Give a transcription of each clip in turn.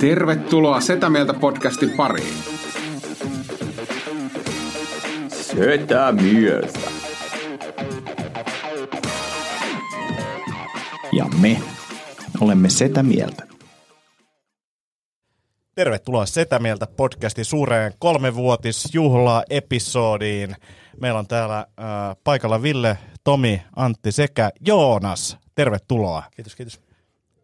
Tervetuloa Setä Mieltä podcastin pariin. Setä mieltä. Ja me olemme sitä mieltä. Tervetuloa Setä Mieltä podcastin suureen kolmevuotisjuhla-episodiin. Meillä on täällä äh, paikalla Ville, Tomi, Antti sekä Joonas. Tervetuloa. Kiitos, kiitos.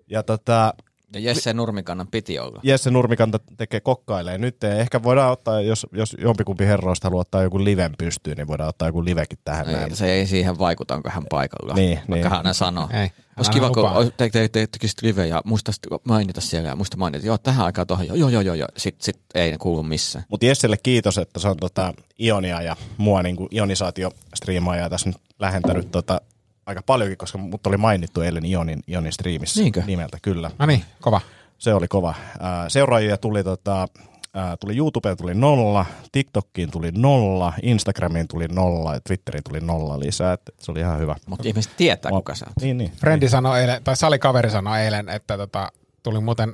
Ja tota, Ja Jesse Nurmikannan piti olla. Jesse Nurmikanta tekee kokkailee nyt. Ja Ehkä voidaan ottaa, jos, jos jompikumpi herroista haluaa ottaa joku liven pystyyn, niin voidaan ottaa joku livekin tähän. Ei, näin. Ei, se ei siihen vaikuta, onko hän paikalla. Niin, vaikka niin. hän aina sanoo. Ei, Olisi älä kiva, kun lupaa. ois- te, te, te, tekisit live ja muista sit mainita siellä ja muista mainita, joo, tähän aikaan tuohon, joo, joo, joo, joo, joo. Sitten sit ei kuulu missään. Mutta Jesselle kiitos, että se on tota Ionia ja mua niin kuin ionisaatiostriimaajaa tässä nyt lähentänyt tota aika paljonkin, koska mut oli mainittu eilen Ionin, Ionin striimissä Niinkö? nimeltä, kyllä. No niin, kova. Se oli kova. Ää, Seuraajia tuli, tota, ää, tuli YouTubeen tuli nolla, TikTokkiin tuli nolla, Instagramiin tuli nolla ja Twitteriin tuli nolla lisää. Et se oli ihan hyvä. Mutta ihmiset tietää, Mua- kuka sä oot. Niin, niin. Frendi sanoi eilen, tai salikaveri sanoi eilen, että tota, tuli muuten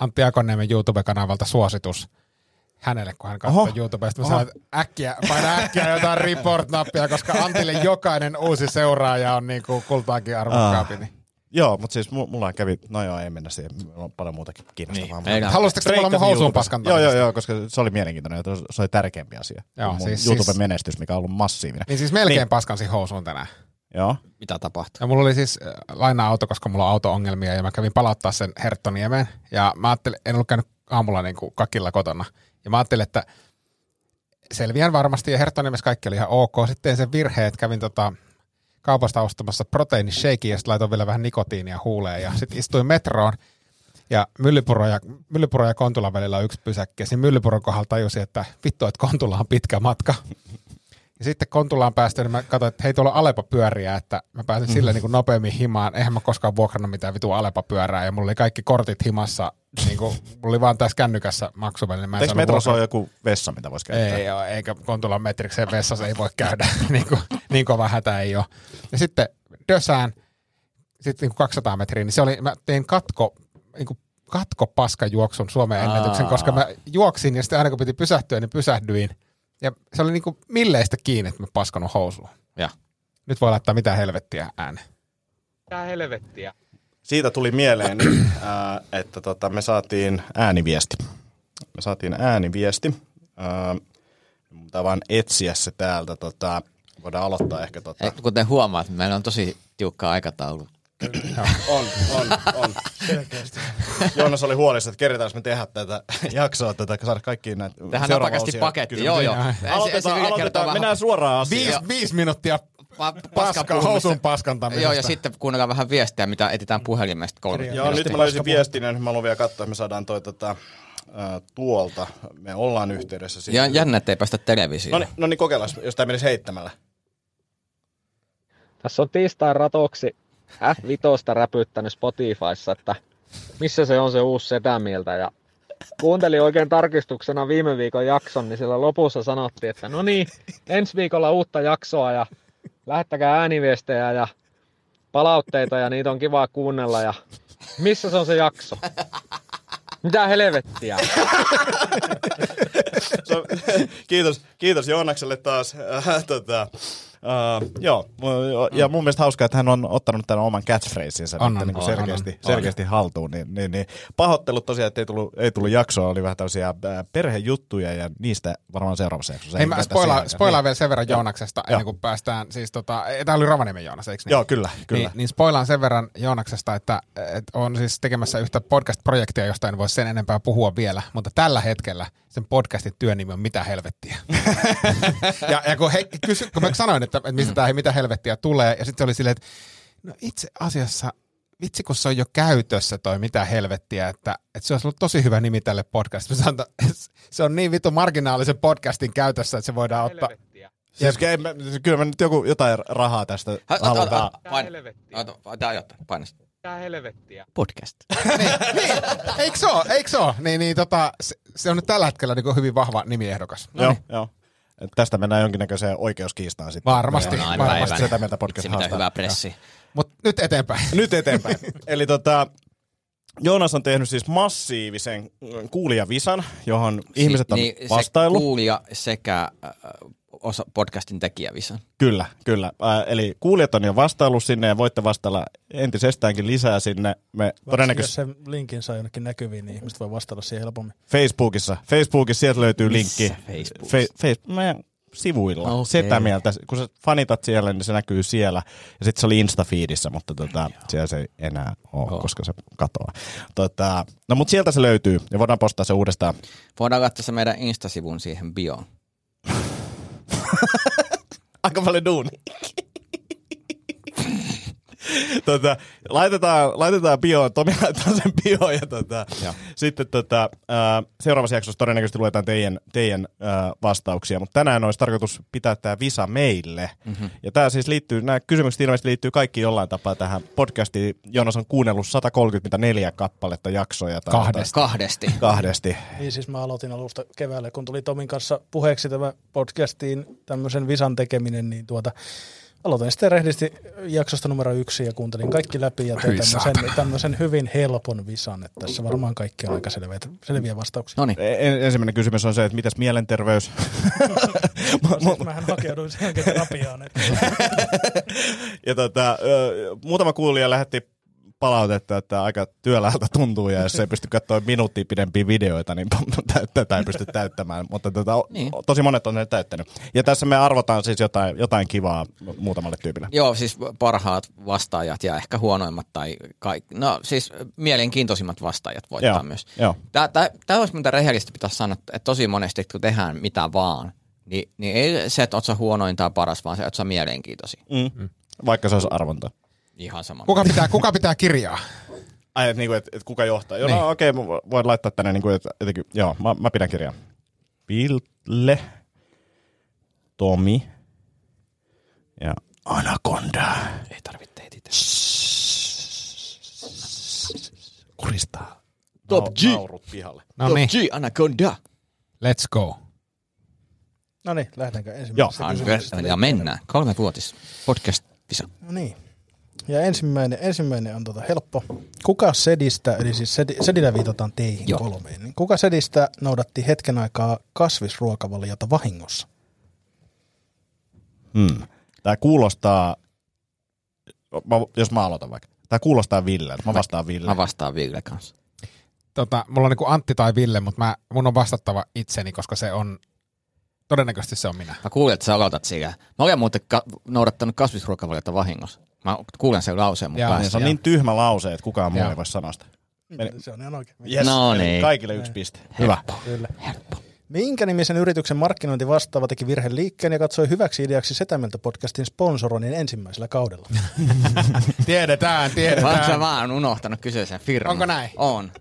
Antti Akoniemen YouTube-kanavalta suositus hänelle, kun hän katsoi Oho. YouTubesta. Mä sanoin, että äkkiä, paina äkkiä jotain report-nappia, koska Antille jokainen uusi seuraaja on niin kuin kultaakin arvokkaampi. Ah. Niin. Joo, mutta siis mu- mulla kävi, no joo, ei mennä siihen, mulla on paljon muutakin kiinnostavaa. Niin, Ei nää- Haluaisitko kuulla mun housuun paskan Joo, joo, tarinoista? joo, koska se oli mielenkiintoinen, että se oli tärkeämpi asia. Joo, Mun siis- YouTuben siis- menestys, mikä on ollut massiivinen. Niin siis melkein Niin. niin. paskansin housuun tänään. Joo. Mitä tapahtuu? Ja mulla oli siis äh, laina-auto, koska mulla on auto-ongelmia ja mä kävin palauttaa sen Herttoniemeen. Ja mä ajattelin, en ollut käynyt aamulla niin kuin kakilla kotona. Ja mä ajattelin, että selviän varmasti ja Herttoniemessä kaikki oli ihan ok. Sitten tein sen virheen, että kävin tota kaupasta ostamassa proteiinishakeja ja sitten laitoin vielä vähän nikotiinia huuleen. Ja sitten istuin metroon ja Myllypuro ja, Myllypuro ja Kontulan välillä on yksi pysäkki. Ja siinä Myllypuron kohdalla tajusin, että vittu, että Kontula on pitkä matka. Ja sitten Kontulaan päästy, niin mä katsoin, että hei tuolla Alepa pyöriä, että mä pääsen sillä niin kuin nopeammin himaan. Eihän mä koskaan vuokrannut mitään vitu Alepa pyörää ja mulla oli kaikki kortit himassa. Niin kuin, mulla oli vaan tässä kännykässä maksuväline. Mä en Eikö saanut metrossa vuokra- ole joku vessa, mitä voisi käyttää? ei ole, eikä Kontulan metrikseen vessassa ei voi käydä, niin, kuin, niin kova hätä ei ole. Ja sitten Dösään, sitten niin kuin 200 metriä, niin se oli, mä tein katko, niin kuin katko paskajuoksun Suomen ennätyksen, Aa. koska mä juoksin ja sitten aina kun piti pysähtyä, niin pysähdyin. Ja se oli niin kuin milleistä kiinni, että mä paskanut housuun. Ja. Nyt voi laittaa mitä helvettiä ääneen. Siitä tuli mieleen, ää, että tota, me saatiin ääniviesti. Me saatiin ääniviesti. Ää, Mutta vaan etsiä se täältä. Tota, voidaan aloittaa ehkä. Tota. Ei, kuten huomaat, meillä on tosi tiukka aikataulu. On, on, on. Joonas oli huolissa, että kerätään me tehdä tätä jaksoa, tätä, saada kaikkiin näitä Tähän seuraava napakasti osia paketti, kysymyksiä. joo joo. Aloitetaan- Ensi- ensi Aloitetaan, Ville kertoo aloitetaan vähän mennään suoraan asiaan. Viisi, viisi minuuttia pa- paska, paskapuhumista. housun paskantamisesta. Joo, ja sitten kuunnellaan vähän viestejä, mitä etsitään puhelimesta kolme. Joo, nyt mä löysin viestin, ja nyt mä haluan vielä katsoa, että me saadaan toi tota, ä, tuolta. Me ollaan yhteydessä Ja siihen. jännä, ettei päästä televisioon. No niin, no niin kokeillaan, jos tämä menisi heittämällä. Tässä on tiistain ratoksi F5 räpyttänyt Spotifyssa, että missä se on se uusi sitä mieltä. Ja kuuntelin oikein tarkistuksena viime viikon jakson, niin siellä lopussa sanottiin, että no niin, ensi viikolla uutta jaksoa ja lähettäkää ääniviestejä ja palautteita ja niitä on kiva kuunnella ja missä se on se jakso? Mitä helvettiä? Se on- kiitos, kiitos Joonakselle taas. Äh, tota, äh, joo, mu- ja mun mielestä hauskaa, että hän on ottanut tämän oman catchphraseinsa Mm. On, nyt on, niin kuin on, selkeästi, on, on. selkeästi haltuun. Niin, niin, niin. Pahoittelut tosiaan, että ei tullut, ei tullut jaksoa, oli vähän tämmöisiä äh, perhejuttuja ja niistä varmaan seuraavassa jaksossa. Hei, mä hypätä spoilaan, siihen. spoilaan Niin. vielä sen verran Joo. Joonaksesta, Joo. ennen kuin päästään, siis tota, tämä oli Rovaniemen Joonas, eikö niin? Joo, kyllä, kyllä. Niin, niin spoilaan sen verran Joonaksesta, että, että on siis tekemässä yhtä podcast-projektia, josta en voi sen enempää puhua vielä, mutta tällä hetkellä sen podcastin työnimi on Mitä helvettiä. ja, ja kun, he, kysy, kun mä sanoin, että, että mistä tämä Mitä helvettiä tulee, ja sitten se oli silleen, että no itse asiassa vitsi kun se on jo käytössä toi Mitä helvettiä, että, että se olisi ollut tosi hyvä nimi tälle podcastille. Mä sanoin, että Se on niin vittu marginaalisen podcastin käytössä, että se voidaan ottaa. Siis, kyllä mä- kyllä mä nyt joku, jotain rahaa tästä halutaan. Tää jotain, paina sitä. Podcast. Niin, Eikö se ole? Eikö se ole? Niin, niin, tota, se, se on nyt tällä hetkellä niin hyvin vahva nimiehdokas. Joo, joo. Et Tästä mennään jonkinnäköiseen oikeuskiistaan sitten. Varmasti, Joo, Jonain varmasti päivänä. sitä mieltä podcast Vitsi, mitä haastaa. hyvää pressi. Mutta nyt eteenpäin. Nyt eteenpäin. Eli tota, Joonas on tehnyt siis massiivisen mm, kuulijavisan, johon ihmiset on niin, vastaillut. Se kuulija sekä äh, osa podcastin tekijävisan. Kyllä, kyllä. Äh, eli kuulijat on jo vastaillut sinne ja voitte vastailla entisestäänkin lisää sinne. Me Todennäköisesti. todennäköisesti Jos sen linkin saa jonnekin näkyviin, niin ihmiset voi vastata siihen helpommin. Facebookissa. Facebookissa sieltä löytyy Missä linkki. Facebookissa? No, face, meidän sivuilla. Okei. Okay. Sitä mieltä. Kun sä fanitat siellä, niin se näkyy siellä. Ja sitten se oli Instafeedissä, mutta tota, siellä se ei enää ole, Joo. koska se katoaa. Tota, no mutta sieltä se löytyy ja voidaan postaa se uudestaan. Voidaan katsoa se meidän Insta-sivun siihen bioon. Aika paljon duuni. tota, laitetaan, laitetaan bio, Tomi laittaa sen bio ja tota, sitten tota, ää, seuraavassa jaksossa todennäköisesti luetaan teidän, teidän ää, vastauksia, mutta tänään olisi tarkoitus pitää tämä visa meille. Mm-hmm. Ja tämä siis liittyy, nämä kysymykset ilmeisesti liittyy kaikki jollain tapaa tähän podcastiin. Jonas on kuunnellut 134 kappaletta jaksoja. tai Kahdesta. Kahdesti. jotain. Kahdesti. Niin siis mä aloitin alusta keväällä, kun tuli Tomin kanssa puheeksi tämä podcastiin tämmöisen visan tekeminen, niin tuota, aloitin sitten rehdisti jaksosta numero yksi ja kuuntelin kaikki läpi ja tein Hyi tämmöisen, tämmöisen hyvin helpon visan, että tässä varmaan kaikki on aika selviä, selviä vastauksia. No niin. En, E-, ensimmäinen kysymys on se, että mitäs mielenterveys? No, siis mähän hakeuduin sen jälkeen terapiaan. että- ja tota, ö, muutama kuulija lähetti palautetta, että aika työläältä tuntuu ja jos ei pysty katsoa minuuttia pidempiä videoita, niin tä- tätä ei pysty täyttämään, mutta tota, Niin. niin. tosi monet on ne täyttänyt. Ja tässä me arvotaan siis jotain, jotain kivaa muutamalle tyypille. Joo, siis parhaat vastaajat ja ehkä huonoimmat tai kaikki. No siis mielenkiintoisimmat vastaajat voittaa Joo, myös. joo. Tää, tää, tää olisi mitä rehellisesti pitäisi sanoa, että tosi monesti kun tehdään mitä vaan, niin, niin ei se, että oot sä huonoin tai paras, vaan se, että sä mielenkiintoisin. Mm. Vaikka se olisi arvonta. Ihan sama. Kuka pitää, kuka pitää kirjaa? Ai, että niinku, et, et kuka johtaa? Joo, niin. no okei, okay, voin laittaa tänne, niinku, että jotenkin, joo, mä, mä pidän kirjaa. Ville, Tomi ja Anaconda. Ei tarvitse teitä. Kuristaa. Top Nau- G. Naurut pihalle. No niin, G, Anaconda. let's go. No niin, lähdetäänkö Joo. ensimmäisestä kysymyksestä? Anver- Ja mennään. Kolme vuotis. Podcast. Visa. No niin. Ja ensimmäinen, ensimmäinen on tota helppo. Kuka sedistä, eli siis sedi, sedillä viitataan teihin Joo. Joo. kolmeen, niin kuka sedistä noudatti hetken aikaa kasvisruokavaliota vahingossa? Hmm. Tämä kuulostaa, mä, jos mä aloitan vaikka. Tämä kuulostaa Villeltä. Mä vastaan Ville. Mä vastaan Ville kanssa. Tota, mulla on niinku Antti tai Ville, mutta mä, mun on vastattava itseni, koska se on, todennäköisesti se on minä. Mä kuulen, että sä aloitat sillä. Mä olen muuten ka- noudattanut kasvisruokavaliota vahingossa. Mä kuulen sen lauseen mun Jaa, päässä. Niin, se on niin tyhmä lause, että kukaan muu Joo. ei voi sanoa sitä. Meni- Se on ihan oikein. Yes. No eli niin. Kaikille yksi piste. Hyvä. Kyllä. Helppo. Minkä nimisen yrityksen markkinointivastaava teki virheliikkeen ja katsoi hyväksi ideaksi Setämeltä podcastin sponsoroinnin ensimmäisellä kaudella? Tiedetään, Mä sä tiedetään. vaan unohtanut kyseisen firman. Onko näin? On.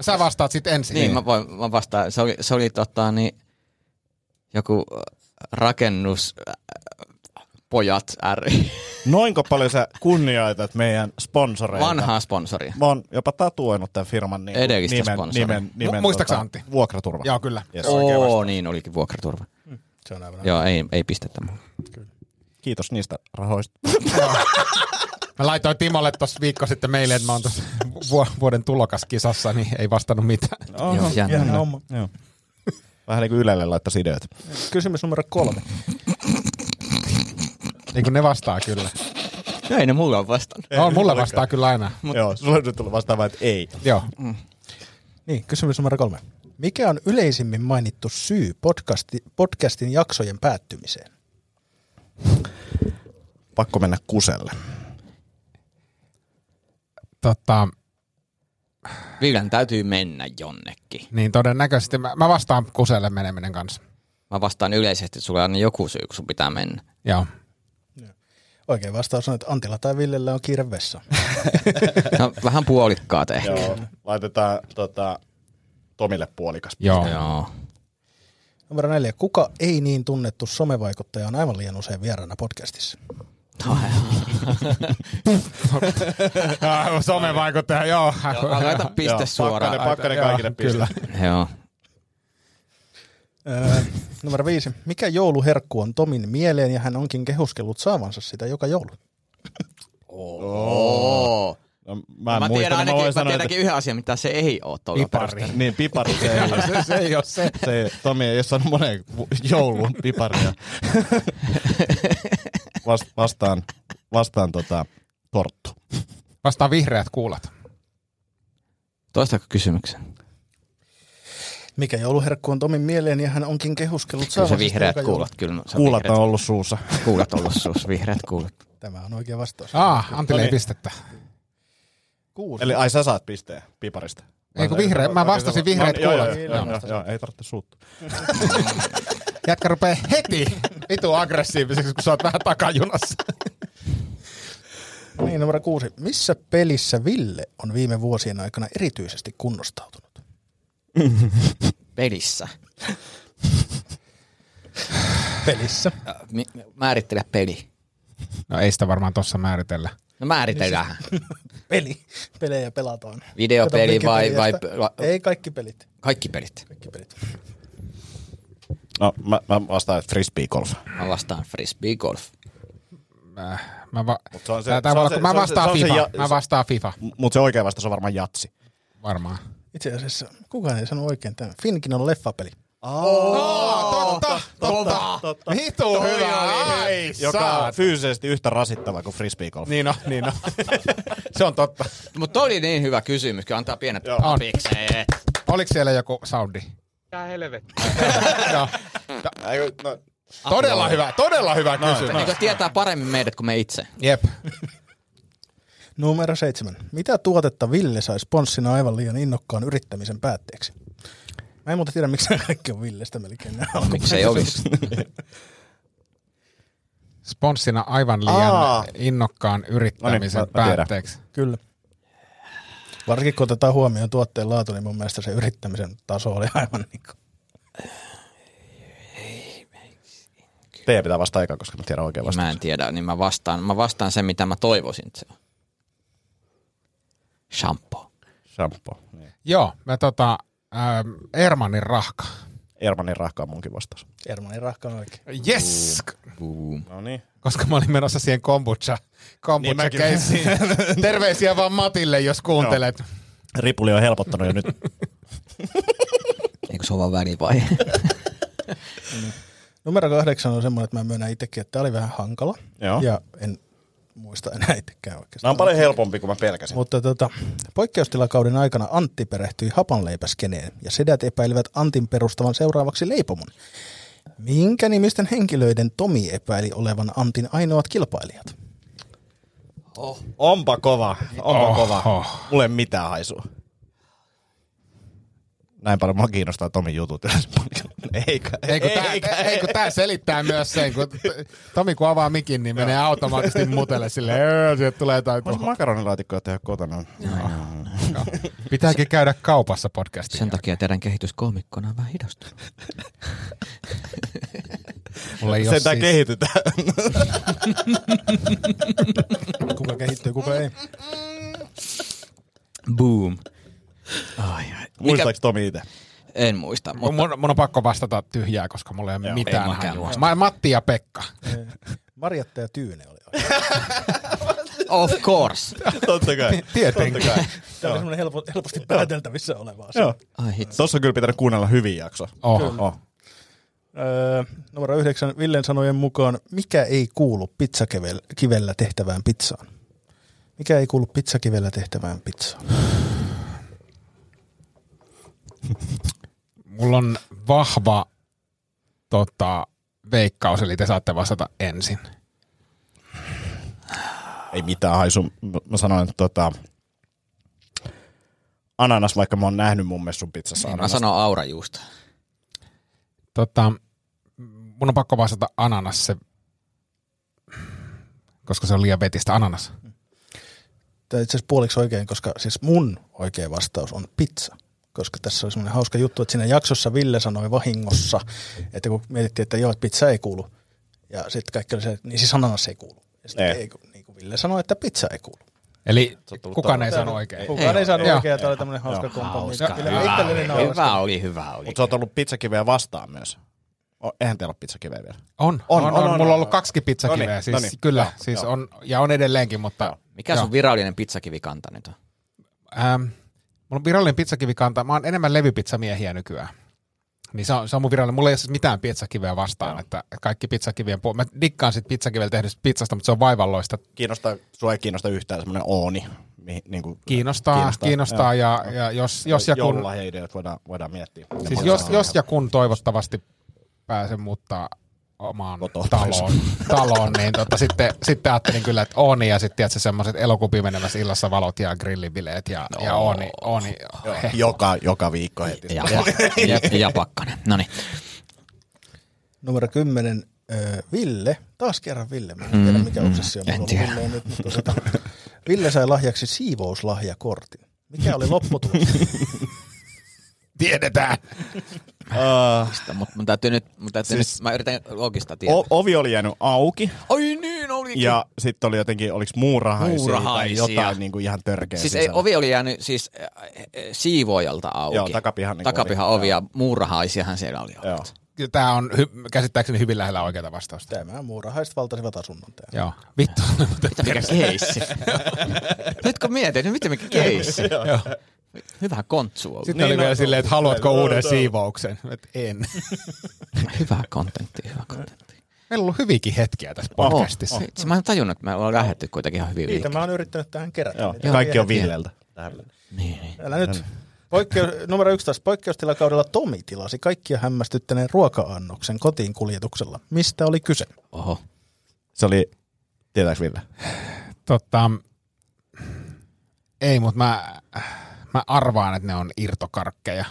Sä vastaat sitten ensin. Niin, mä, voin, mä vastaan. Se oli, se oli tota, niin, joku rakennus pojat ry. Noinko paljon sä kunnioitat meidän sponsoreita? Vanhaa sponsoria. Mä oon jopa tatuoinut tämän firman niin Edellistä nimen, sponsoria. nimen, nimen tota, Mu- muistaaks Antti? Vuokraturva. Joo, kyllä. Yes. Oo, niin olikin vuokraturva. Mm. Se on aivan Joo, ei, ei pistettä mulle. Kiitos niistä rahoista. Mä laitoin Timolle tuossa viikko sitten meille, että mä oon tuossa vu- vuoden tulokaskisassa, niin ei vastannut mitään. Joo, jännä. jännä homma. Joo. Vähän niin kuin Ylelle laittaisi ideoita. Kysymys numero kolme. Niin kuin ne vastaa kyllä. No ei ne mulle on vastannut. No, mulle vastaa kyllä aina. Mut... Joo, sulla on nyt tullut vastaamaan, että ei. Joo. Niin, kysymys numero kolme. Mikä on yleisimmin mainittu syy podcasti, podcastin jaksojen päättymiseen? Pakko mennä kuselle. Tota, Viljan täytyy mennä jonnekin. niin todennäköisesti mä, mä vastaan kuselle meneminen kanssa. Mä vastaan yleisesti, että sulla on aina joku syy, kun sun pitää mennä. Joo. Oikein vastaus on, että Antilla tai Villellä on kiire vessaan. No, vähän puolikkaat ehkä. Joo, laitetaan tota, Tomille puolikas. Joo. Joo. Numero neljä. Kuka ei niin tunnettu somevaikuttaja on aivan liian usein vieraana podcastissa? Ah, Somevaikuttaja, joo. Mä laitan piste Joo, suoraan. Pakkanen, pakkanen kaikille piste. Kyllä. Joo. Öö, numero viisi. Mikä jouluherkku on Tomin mieleen ja hän onkin kehuskellut saavansa sitä joka joulu? Oo. No, mä en mä muista, niin mä tiedän ainakin, voin mä sanoa, että... tiedänkin yhden asian, mitä se ei ole tuolla Pipari. Niin, pipari se ei ole. se, se ei ole se. Se ei, Tomi ei ole saanut moneen vu- jouluun piparia. Vas, vastaan, vastaan tota, torttu. Vastaan vihreät kuulat. Toistako kysymyksen? Mikä jouluherkku on Tomin mieleen ja hän onkin kehuskellut Kyllä se saavasesta vihreät joka kuulat, kyllä. Se Kuulat on vihreät ollut suussa. kuulat ollut sus, vihreät kuulat. joulu. Tämä on oikea vastaus. Ah, Antille ei Noniin. pistettä. Kuusi. Eli ai sä saat pisteen piparista. Ei kun vihreä, mä vastasin vihreät No, joo, kuulat. joo, joo, joo, joo, joo, ei tarvitse suuttua. Jätkä rupeaa heti vitu aggressiiviseksi, kun sä oot vähän takajunassa. Niin, numero kuusi. Missä pelissä Ville on viime vuosien aikana erityisesti kunnostautunut? Pelissä. Pelissä. Ö, mi- Määrittele peli. No ei sitä varmaan tossa määritellä. No Niin määritellään. siis- Peli. Pelejä pelataan. Videopeli Kato vai- Wikipediasta. vai- vai- Ei, kaikki pelit. Kaikki pelit. Kaikki pelit. No mä, mä vastaan, että frisbee golf. Mä vastaan frisbee golf. Mä, mä, va- Mut se on se- tää, tää se on voi olla, se- kun mä se on se- se vastaan on se FIFA. ja- Mä se- vastaan FIFA, Mutta se oikea vastaus on varmaan jatsi. varmaan. Itse asiassa kukaan ei sano oikein tämän. Finkin on leffapeli. Totta, totta, totta. Vitu hyvä, ai Joka on saat. fyysisesti yhtä rasittava kuin frisbee golf. Niin on, niin on. Se on totta. Mutta toi oli niin hyvä kysymys, kyllä antaa pienet On. pikseet. Oliko siellä joku soundi? Tää helvetti. Joo. no. Todella hyvä, todella hyvä Niin kysymys. kun tietää paremmin meidät kuin me itse. Jep. Numero seitsemän. Mitä tuotetta Ville sai sponssina aivan liian innokkaan yrittämisen päätteeksi? Mä en muuta tiedä, miksi nämä kaikki on Villestä melkein. nämä alkuperäiset. Miksi ei No, olisi? Sponssina aivan liian Aa. innokkaan yrittämisen No niin, mä- mä tiedän. päätteeksi. Kyllä. Varsinkin kun otetaan huomioon tuotteen laatu, niin mun mielestä se yrittämisen taso oli aivan niin kuin... Teidän pitää vastaa eka, koska mä tiedän oikein No, vastaan. Mä en tiedä, niin mä vastaan, mä vastaan sen, mitä mä toivoisin, että se on. Shampoo. Shampoo. Niin. Joo, mä tota, ähm, Ermanin rahka. Ermanin rahka on munkin vastaus. Ermanin rahka on oikein. Yes! Boom. No niin. Koska mä olin menossa siihen kombucha, Niin kombucha mäkin. niin Terveisiä vaan Matille, jos kuuntelet. Ripuli on helpottanut jo nyt. Eikö se ole vaan välivaihe? Numero kahdeksan on semmoinen, että mä myönnän itsekin, että tämä oli vähän hankala. No. Joo. Ja en muista enää itsekään oikeastaan. Nämä on paljon helpompi kuin mä pelkäsin. Mutta tota, poikkeustilakauden aikana Antti perehtyi hapanleipäskeneen ja sedät epäilivät Antin perustavan seuraavaksi leipomon. Minkä nimisten henkilöiden Tomi epäili olevan Antin ainoat kilpailijat? Onpa kova, onpa Oho. Oho. kova. Mulle ei mitään haisua. Näin paljon mua kiinnostaa Tomin jutut. Eikä, Ei kun, tää, eikä, ei, kun tää selittää myös sen, kun t- Tomi kun avaa mikin, niin menee automaattisesti mutelle silleen, "Öö, sieltä tulee jotain. Voisi makaronilaatikkoja tehdä kotona. Pitääkin käydä kaupassa podcastia. Sen takia teidän kehitys koomikkona on vähän hidastunut. Mulla ei oo Sen siis- tää kehitytään. Kuka kehittyy, kuka ei? Boom. Ai, ai. Mikä, Muistaaks Tomi itse? en muista, mutta Mun, mun on pakko vastata tyhjää, koska mulla ei ole Joo. Ei mitään mäkään hajua. muista. Mä, Matti ja Pekka. Marjatta ja Tyyne oli oikein. of course. Totta kai. Tietenkin. Totta kai. Tämä oli semmoinen helpo, helposti pääteltävissä oleva asia. Joo. Ai hitsi. Tossa on kyllä pitänyt kuunnella hyvin jakso. Oh. Oh. Öö, numero yhdeksän, Villen sanojen mukaan, mikä ei kuulu pizzakivellä tehtävään pizzaan? Mikä ei kuulu pizzakivellä tehtävään pizzaan? Mulla on vahva tota, veikkaus, eli te saatte vastata ensin. Ei mitään haisu. M- Mä sanoin, että tota, ananas, vaikka mä oon nähnyt mun mielestä sun pizzassa Mä ananas. sanon aurajuusta. Tota, mun on pakko vastata ananas se, koska se on liian vetistä ananas. Tämä itse asiassa puoliksi oikein, koska siis mun oikea vastaus on pizza. Koska tässä oli semmoinen hauska juttu, että siinä jaksossa Ville sanoi vahingossa, että kun mietittiin, että joo, että pizza ei kuulu. Ja sitten kaikki oli se, että niin siis ananas ei kuulu. Ja sitten Ei. ei, ku- niin kuin Ville sanoi, että pizza ei kuulu. Eli tullut kukaan ei tarpeeksi. sano oikein. Kukaan ei, ei saanut Joo. oikein, tämä oli tämmöinen hauska kompo. Hauska. mikä Ville itselleni Hyvä, nauratti. hyvä oli, hyvä oli. Mutta sä oot ollut pizzakiveä vastaan myös. O, eihän teillä ole pizzakiveä vielä. On, on, On, on, on, on, on, mulla on on. No ollut kaksi pizzakiveä, Noniin, siis noniin. kyllä, niin. Joo, siis joo. on, ja on edelleenkin, mutta Mikä sun virallinen pizzakivikanta nyt on? Ähm, mulla on virallinen pizzakivikanta. Mä oon enemmän levypizzamiehiä nykyään. Niin se on, se on mun virallinen. Mulla ei ole siis mitään pizzakiveä vastaan. Että, että kaikki pizzakivien puol- Mä dikkaan sit pizzakivellä tehdystä pizzasta, mutta se on vaivalloista. Kiinnostaa, sua ei kiinnosta yhtään semmoinen ooni. Mi, niin kuin, Kiinnostaa, kiinnostaa, kiinnostaa ja, ja jos, jos ja kun... Joululahjaideat voidaan, voidaan miettiä. Siis jos, jos ja kun toivottavasti pääsen muuttaa omaan Kotoa taloon, taloon, niin tota, sitten, sitten ajattelin kyllä, että on ja sitten tiedätkö semmoiset elokuviin menemässä illassa valot ja grillibileet ja, no. ja on, on, Joo, joka, joka viikko heti. Ja, ja, ja pakkanen. No niin. Numero 10, öö, Ville. Taas kerran Ville. Mä en tiedä, mikä obsessio en mulla on ollut tiedä. Ville nyt. Mutta tota, Ville sai lahjaksi siivouslahjakortin. Mikä oli lopputulos? Tiedetään. Mutta mun täytyy nyt, mun täytyy Ah. Siis- nyt mä yritän logista tietää. O, ovi oli jäänyt auki Ai niin olikin. ja sitten oli jotenkin, oliko muurahaisia, Muurahaisia. tai jotain niin kuin ihan törkeä Siis ei, sisällä. ovi oli jäänyt siis äh, äh, siivoajalta auki. Joo, takapihan niinku Takapihan oli. ovi ja muurahaisiahan siellä oli. Joo. ollut. Tämä on hy- käsittääkseni hyvin lähellä oikeaa vastausta. Tämä muurahaiset valtasivat asunnon täällä. Joo. Vittu. Mitä mikä keissi? Nyt kun mietin, niin mitä mikä keissi? Hyvä kontsu oli. Sitten niin, oli vielä silleen, että haluatko uuden siivouksen? Et en. Hyvä kontentti, hyvä kontentti. Meillä on ollut hyvikin hetkiä tässä podcastissa. Oh, oh. Mä en tajunnut, että me ollaan lähdetty kuitenkin ihan hyvin Niitä liikkeelle. mä oon yrittänyt tähän kerätä. Joo. Niitä Ja kaikki vielä- on Villeltä. Tähän. Niin, niin. Älä nyt. Poikkeu, numero 11. Poikkeustilakaudella Tomi tilasi kaikkia hämmästyttäneen ruoka-annoksen kotiin kuljetuksella. Mistä oli kyse? Oho. Se oli, tietääks Ville? Totta, Tota, ei, mutta mä, mä arvaan, että ne on irtokarkkeja.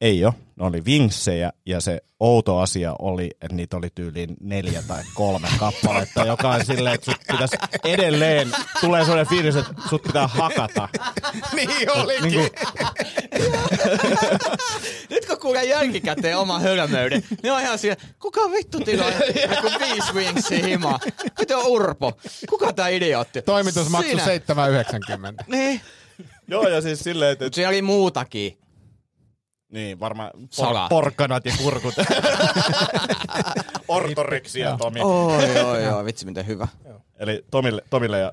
Ei ole. Ne oli vinksejä ja se outo asia oli, että niitä oli tyyliin neljä tai kolme kappaletta, joka on silleen, että sut pitäisi edelleen, tulee sellainen fiilis, että sut pitää hakata. niin olikin. Niin kuin, Nyt kun kuulee jälkikäteen oma hölmöyden, ne on ihan siellä, kuka vittu tilaa joku viisi wingsia himaa? Mitä on Urpo? Kuka tää idiootti? Toimitusmaksu Sinä. 7,90. Niin. joo, ja siis silleen, että... Mut siellä oli muutakin. Niin, varmaan por- Salaatti. porkkanat ja kurkut. Ortoriksia Tomi. Oi, oi, oi, vitsi miten hyvä. Eli Tomille, Tomille ja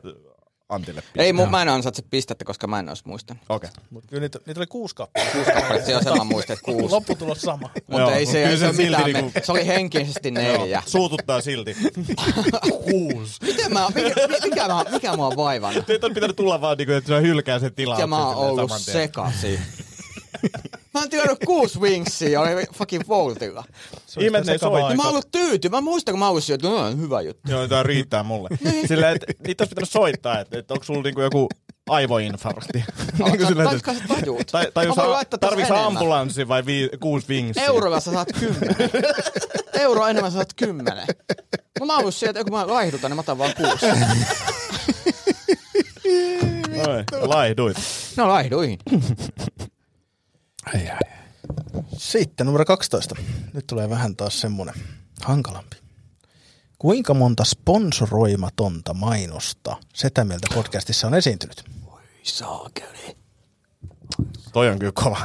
Antille. Ei, mu- mä en ansaitse pistettä, koska mä en olisi muistanut. Okei. Okay. Mut kyllä niitä, niitä oli kuusi kappaletta. Se on sama muista, että kuusi. Lopputulos sama. Mutta ei mut se, kyllä ei se se, silti mitään. niinku- Niinku... Se oli henkisesti neljä. Suututtaa silti. Kuusi. Miten mä, mikä, mikä, mä, mikä mua on vaivannut? Teitä on pitänyt tulla vaan, niin kuin, että se hylkää sen tilauksen. Ja mä oon silleen ollut saman tien. sekasi. Mä oon tilannut kuusi wingsia ja oli fucking voltilla. Ihme, että ne sekava soitti. Ja mä aika. oon ollut tyyty. Mä muistan, kun mä olin että no, hyvä juttu. Joo, tää riittää mulle. Sillä, että niitä olisi pitänyt soittaa, että, että onko sulla niinku joku aivoinfarkti. Oletko Niinku sillä, sä- sä tajuut? tai, tai jos Mä voin laittaa tossa tarvitsi enemmän. ambulanssi vai vii, kuusi vinksiä. Eurolla sä saat kymmenen. Euro enemmän sä saat kymmenen. No mä oon ollut sieltä, kun mä laihdutan, niin mä otan vaan kuusi. Noin, laihduit. No laihduin. Ai, ai, ai. Sitten numero 12. Nyt tulee vähän taas semmoinen hankalampi. Kuinka monta sponsoroimatonta mainosta Setä mieltä podcastissa on esiintynyt? Saakeli. Toi on kyllä kova.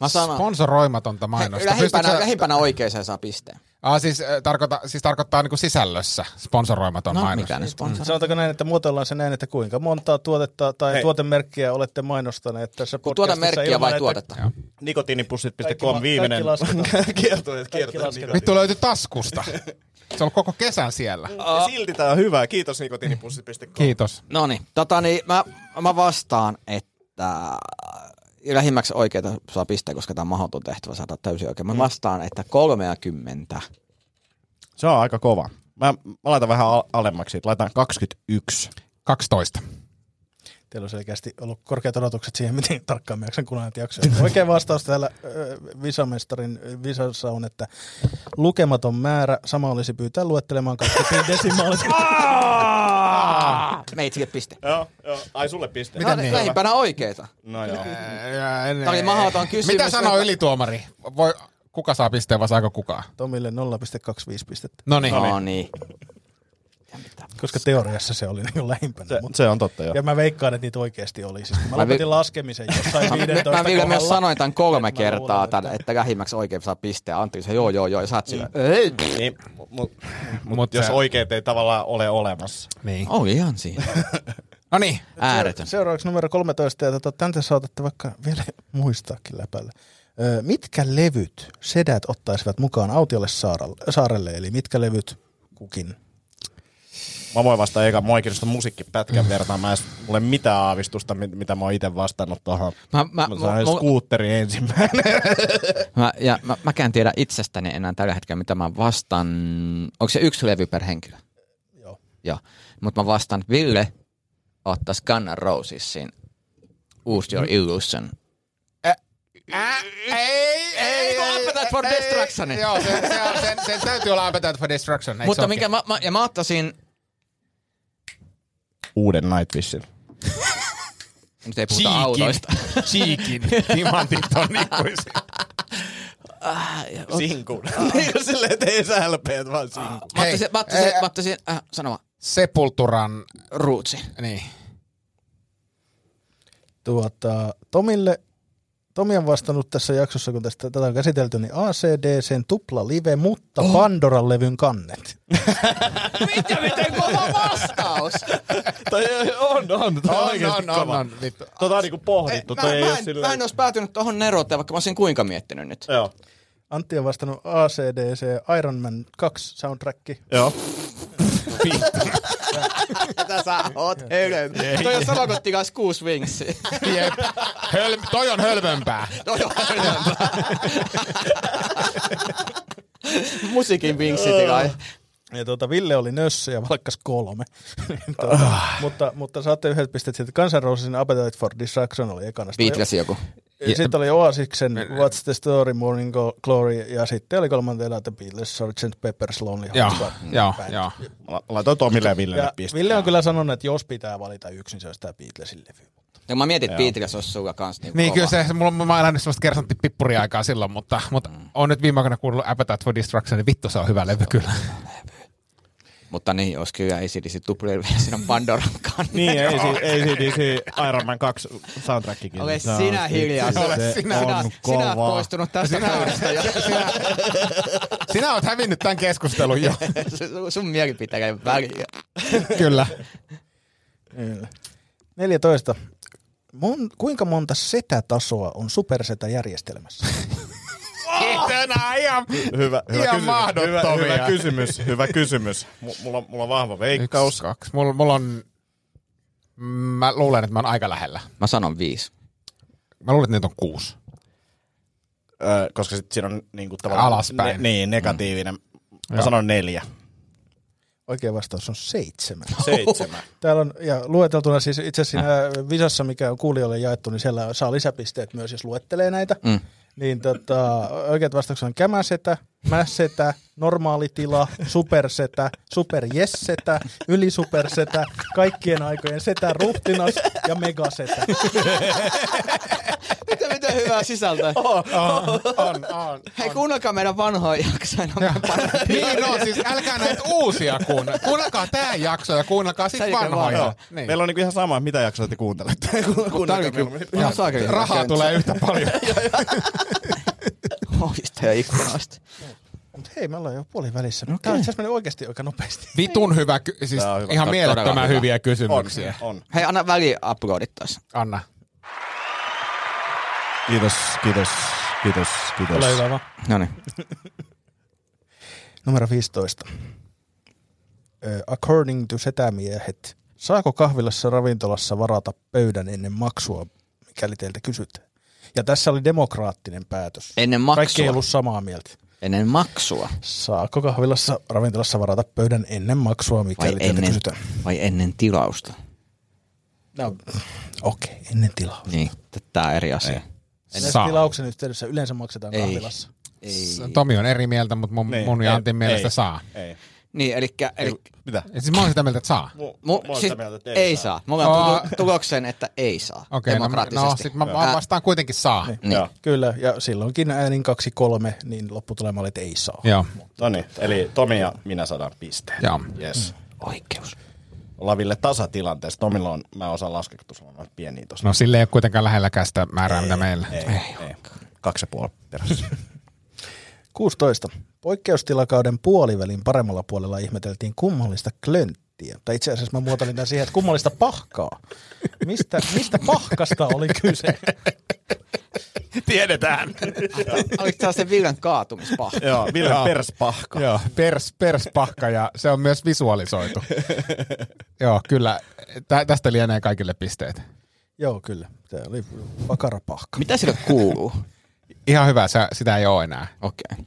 Mä sanon, Sponsoroimatonta Hei, mainosta. lähimpänä, Pystytkö sä- lähimpänä oikeeseen saa pisteen. Ah, siis, äh, tarkoita, siis tarkoittaa niinku sisällössä sponsoroimaton No mainos. Mm. mitä ne sponsoroit? Sanotaanko näin, että muotoillaan se näin, että kuinka montaa tuotetta tai Hei. tuotemerkkiä olette mainostaneet tässä Kun podcastissa? tuota merkkiä ilman, vai että tuotetta? Kaikki Nikotiinipussit.com la- viimeinen. kaikki Kierto, kierto. kaikki lasketaan? Vittu löytyi taskusta. Se on koko kesän siellä. Ja silti tää on hyvä. Kiitos nikotiinipussit.com. Kiitos. No niin, tota niin, mä, mä vastaan, että äh, lähimmäksi oikeita saa pistää, koska tämä on mahdoton tehtävä saada täysin oikein. Mm. Mä vastaan, että 30. Se on aika kova. Mä, mä laitan vähän al- alemmaksi. siitä. Laitan 21. 12. Teillä on selkeästi ollut korkeat odotukset siihen, miten tarkkaan me jaksan kunnan jaksoja. Oikein vastaus täällä ö, visamestarin ö, visassa on, että lukematon määrä. Sama olisi pyytää luettelemaan kaikki desimaalit. Meitsille piste. Joo, joo. Ai sulle piste. No, niin? Lähimpänä oikeita. No joo. Äh, Tää oli mahdoton kysymys. Mitä sanoo ylituomari? Voi, kuka saa pisteen vai saako kukaan? Tomille 0,25 pistettä, No niin. No niin. koska teoriassa se oli niin lähimpänä. Se, Mut- se on totta, joo. Ja mä veikkaan, että niitä oikeasti oli. Siis kun mä Mä vi- lopetin laskemisen jossain Mä, 15 mä vielä myös kohdalla. sanoin tämän kolme Mä luulen, kertaa, että- tämän, että lähimmäksi oikein saa pistää. Antti se joo joo joo, ja sä oot sillä, ei. Niin, mut, mut, Mut jos se- oikeet ei tavallaan ole olemassa. niin. Oli ihan Oh, siinä. No niin, Ääretön. Seuraavaksi numero 13, ja tota, tämän te saatatte vaikka vielä muistaakin läpällä. Ö, mitkä levyt sedät ottaisivat mukaan autiolle saaralle, saarelle, eli mitkä levyt kukin? Mä voin vastata eikä mua ei kiinnosta musiikkipätkän vertaan. Mä en edes, mulla ei mitään aavistusta, mit- mitä mä oon itse vastannut tuohon. Mä, Mä, mä, mä, sain mä, skuutteri ensimmäinen. mä, ja mä, mäkään tiedä itsestäni enää tällä hetkellä, mitä mä vastaan. Onko se yksi levy per henkilö? Joo. Joo. Mutta mä vastaan, että Ville ottaisi Gunna Rosesin Use Your Illusion. ei, ei, kun Appetite for Destruction. Joo, se, se on, sen, sen täytyy olla Appetite for Destruction. eikö se Mutta ookin? minkä mä, mä, ja mä ottaisin, Uuden Nightwishin. nyt ei puhuta autoista. Cheekin. Timantit on ikuisia. Sinkun. Niin kuin silleen, että ei sä LPt, vaan sinkun. Mä ottaisin, mä ottaisin, Hei, eh, mä ottaisin äh, sano vaan, Sepulturan, Rootsin. niin. Tuota, Tomille, Tomi on vastannut tässä jaksossa, kun tästä, tätä on käsitelty, niin ACD, sen tupla live, mutta oh. Pandoran levyn kannet. Mitä, miten kova vastaus? Toi on, on. Toi on, oikeesti on, on, kova. on, vittu. Tota on niinku pohdittu. mä, Toi ei oo mä, en, mä en silleen. olisi päätynyt tuohon neroteen, vaikka mä olisin kuinka miettinyt nyt. Joo. Antti on vastannut ACDC Iron Man 2 soundtracki. Joo. Mitä sä oot hölmö? Toi on sama kuin tikas kuusi vinksi. Jep. Höl, toi on hölmömpää. Toi on hölmö. Musiikin vinksi tikai. Ja tuota, Ville oli nössö ja valkkas kolme. tuota, mutta, mutta saatte yhdet pistet sitten. Guns N' Rosesin Appetite for Destruction oli ekana. Sitten Beatles joku. oli- Sitten oli Oasiksen What's the Story, Morning Go- Glory ja sitten oli kolmantena The Beatles, Sgt. Pepper's Lonely Joo, Hearts Club joo, Band. joo. La- Laitoin Tomille ja Villelle Ja pisteen. Ville on kyllä sanonut, että jos pitää valita yksi, niin se olisi tämä Beatlesin levy. Ja mä mietin, että Beatles olisi sulla kans niinku Niin kova. kyllä se, se- mulla, mä oon elänyt semmoista kersanttipipppuriaikaa silloin, mutta, mutta on nyt viime aikoina kuullut Appetite for Destruction, niin vittu se on hyvä levy kyllä. Mutta niin, olisi kyllä ACDC tuplelvi ja siinä on Pandoran kanne. Niin, ei, si- ei si- si- Iron Man 2 soundtrackikin. Niin Ole Se on- sinä hiljaa. se on Ole sinä. sinä oot kova. poistunut tästä pöydästä. jo. Sinä oot hävinnyt tämän keskustelun jo. Sun- Sun mielipiteellä ei ole väliä. kyllä. Kyllä. 14. Mon, kuinka monta setätasoa on supersetäjärjestelmässä? Tänään ihan Hyvä, hyvä, Ihan kysymys. mahdottomia. Hyvä, hyvä kysymys, hyvä kysymys. M- mulla, on- mulla on vahva veikkaus. Yksi, kaksi. Mulla, mulla on... Mä luulen, että mä oon aika lähellä. Mä sanon viisi. Mä luulen, että niitä on kuusi. Ö, koska sit siinä on niinku tavallaan... Alaspäin. Ne, niin, negatiivinen. Mm. Mä Joo. sanon neljä. Oikea vastaus on seitsemän. Seitsemän. Täällä on, ja lueteltuna siis itse asiassa siinä visassa, mikä on kuulijoille jaettu, niin siellä saa lisäpisteet myös, jos luettelee näitä. Mm. Niin tota, oikeat vastaukset on kämäsetä, mässetä, normaalitila, supersetä, superjessetä, ylisupersetä, kaikkien aikojen setä, ruhtinas ja megasetä. Mitä, mitä hyvää sisältöä. On, on. Hei, kuunnelkaa meidän vanhoja jaksoja. No, Ne on parempia. niin, no siis älkää näitä uusia kuunnella. Kuunnelkaa tää jakso ja kuunnelkaa Sen sit jälkeen vanhoja. vanhoja. Niin. Meillä on niinku ihan sama, mitä jaksoa te kuuntelette. Ku- Kuunnelkaa meillä. Ihan saakeli. Rahaa tulee yhtä paljon. Ovista ja ikkunoista. Mutta hei, me ollaan jo puolivälissä. Okay. Tämä on itse asiassa mennyt oikeasti aika nopeasti. Vitun hyvä, ky- siis Tää on hyvä. ihan Todella mielettömän hyvä. hyviä On, kysymyksiä. on. Hei, anna väliin uploadit taas. Anna. Kiitos, kiitos, kiitos, kiitos. Ole hyvä vaan. Noniin. Numero 15. Ö, According to setämiehet. Saako kahvilassa ravintolassa varata pöydän ennen maksua, mikäli teiltä kysytään? Ja tässä oli demokraattinen päätös. Ennen Kaikki ei maksua. ollut samaa mieltä. Ennen maksua. Saako kahvilassa ravintolassa varata pöydän ennen maksua, Vai mikäli teiltä ennen, kysytään? vai ennen tilausta. No, okei, okay, ennen tilaa. Niin, t- tää on eri asia. Ennen Saa. tilauksen yhteydessä yleensä maksetaan Ei. kahvilassa. Ei. Tomi on eri mieltä, mutta mun, Niin, mun ja ei, Antin mielestä ei. saa. Ei. Niin, elikkä, elikkä Mitä? Et Siis mä oon sitä mieltä, että saa. Mu- Mu- mä oon siis, sitä mieltä, että ei, ei saa. saa. Mä olen Aa. tullut tulokseen, että ei saa. Okei, no, no demokraattisesti. sit mä, mä vastaan kuitenkin saa. Niin. Niin. Joo. Kyllä, ja silloinkin äänin 2-3, niin lopputulema oli, että ei saa. Joo. No niin, eli Tomi ja minä saadaan pisteen. Joo. Yes. Oikeus. Ollaan Ville tasatilanteessa. Tomilla on, mä osaan laskea, kun sulla on noita pieniä tossa. No sille ei ole kuitenkaan lähelläkään sitä määrää, mitä meillä. ei, ei. Kaksi ja puoli perässä. 16. Poikkeustilakauden puolivälin paremmalla puolella ihmeteltiin kummallista klönttiä. settiä. Tai itse asiassa mä muotoilin tämän siihen, että kummallista pahkaa. Mistä, mistä pahkasta oli kyse? Tiedetään. Oliko tämä se Villen kaatumispahka? Joo, Ville Joo. Perspahka. Joo, pers, perspahka ja se on myös visualisoitu. Joo, kyllä. Tä, tästä lienee kaikille pisteet. Joo, kyllä. Tämä oli pakarapahka. Mitä sille kuuluu? Ihan hyvä, sä, sitä ei ole enää. Okei. Okay.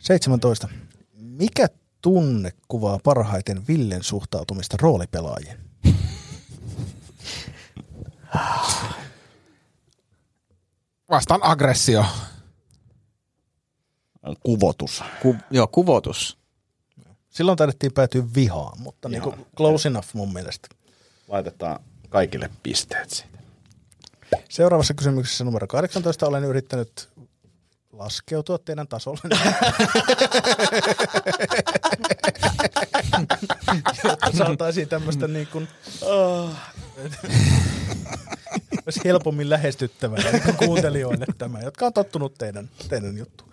17. Mikä tunne kuvaa parhaiten Villen suhtautumista roolipelaajiin? Vastaan aggressio. Kuvotus. Ku, joo, kuvotus. Silloin taidettiin päätyä vihaan, mutta niin kuin close enough mun mielestä. Laitetaan kaikille pisteet siitä. Seuraavassa kysymyksessä numero 18 olen yrittänyt laskeutua teidän tasolle. Jotta saataisiin tämmöistä niin kuin, olisi helpommin lähestyttävää niin kuin kuuntelijoille tämä, jotka on tottunut teidän, teidän juttuun.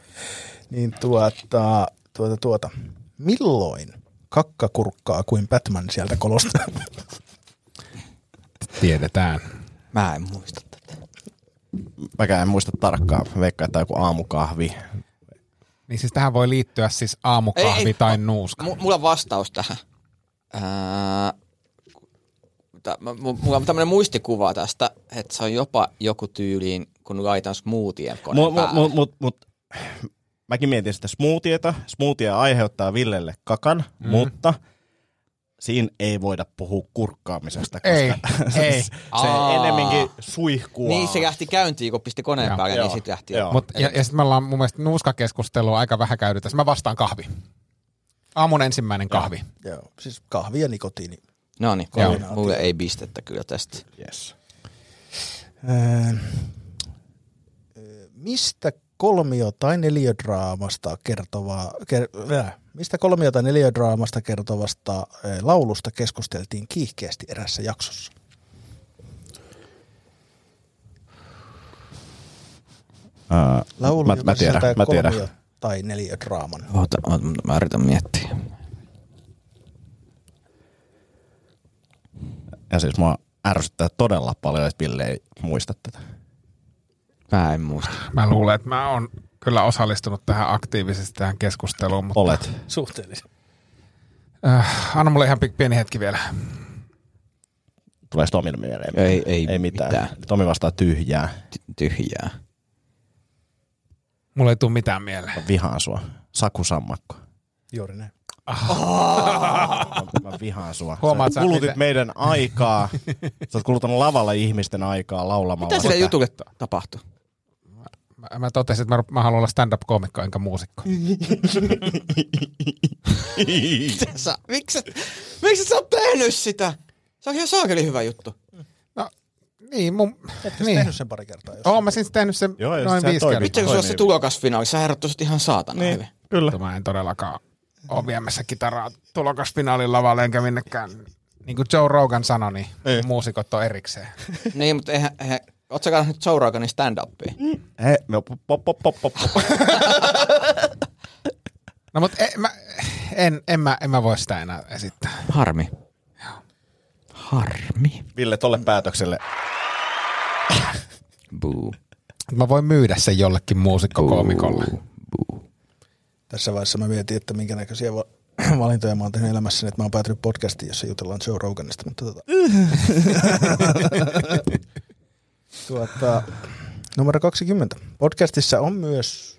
Niin tuota, tuota, tuota, milloin kakka kurkkaa kuin Batman sieltä kolosta? Tiedetään. Mä en muista tätä. Mäkään en muista tarkkaan. Veikkaan, että joku aamukahvi. Niin siis tähän voi liittyä siis aamukahvi Ei, ei, ei. ei. tai nuuska. M- mulla on vastaus tähän. Ää, tä- mä- mu- mulla on tämmöinen muistikuva tästä, että se on jopa joku tyyliin, kun laitan smoothien koneen Mut, mut, päälle. mut, mut, mut, mäkin mietin sitä smoothieta. Smoothie aiheuttaa Villelle kakan, mm. mutta siinä ei voida puhua kurkkaamisesta, koska siis- Ei, ei. se Aa. enemmänkin suihkua. Niin se lähti käyntiin, kun pisti koneen Joo. päälle, Joo. niin sitten lähti. Joo. Mut, ja, ja sitten me ollaan mun mielestä nuuskakeskustelua aika vähän käyty tässä. Mä vastaan kahvi. Aamun ensimmäinen kahvi. Joo, siis kahvi ja nikotiini. No niin, Kombinaatio. mulle ei pistettä kyllä tästä. Yes. Öö, mistä kolmio- tai neliodraamasta kertovaa, ker, äh, mistä kolmio- tai neliodraamasta kertovasta ö, laulusta keskusteltiin kiihkeästi erässä jaksossa? Uh, Laulu, Mä- joka mä tiedän, mä sisältää tiedän. kolmio- tai neliodraaman. Oota, oota, mä yritän miettiä. ja siis mua ärsyttää todella paljon, että Ville ei muista tätä. Mä en muista. Mä luulen, että mä oon kyllä osallistunut tähän aktiivisesti tähän keskusteluun, mutta Olet. Suhteellisen. äh, anna mulle ihan pi- pieni hetki vielä. Tulee Tomille mieleen. Ei- ei ei mitään. mitään. mitään. Tomi vastaa tyhjää. Ty- Tyhjää. Mulla ei tule mitään mieleen. Mä vihaan sua. Saku Sammakko. Juuri näin. Mä vihaan sua. Huomaat sä sä, kulutit miten- meidän aikaa. Sä oot kuluttanut lavalla ihmisten aikaa laulamalla. Mitä sille sitä. jutulle tapahtui? Mä, mä totesin, että mä, mä haluan olla stand-up-koomikko enkä muusikko. Sä, miksi, et- miksi et sä oot tehnyt sitä? Se on ihan saakeli hyvä juttu. No, niin, mun... Etkö niin. niin. tehnyt sen pari kertaa? Jos... Oon mä siis tehnyt sen Joo, ja noin sehän viisi toimii. kertaa. Sitten kun sulla on Toimii. se tulokasfinaali, sä herrottuisit ihan saatana niin. hyvin. Kyllä. Mä en todellakaan ole viemässä kitaraa tulokasfinaalin lavalle enkä minnekään. Niin kuin Joe Rogan sanoi, niin ei. muusikot on erikseen. niin, mutta eihän, eihän Oot sä katsonut Joe Roganin stand-upia? He, me pop, pop, pop, pop, pop. No mutta en, mä, en, en, mä, en mä voi sitä enää esittää. Harmi. Harmi. Ville, tolle päätökselle. Boo. Mä voin myydä sen jollekin muusikkokoomikolle. Tässä vaiheessa mä mietin, että minkä näköisiä va- valintoja mä oon tehnyt elämässäni, että mä oon päätynyt podcastiin, jossa jutellaan Joe Roganista, mutta tota. tuota, numero 20. Podcastissa on myös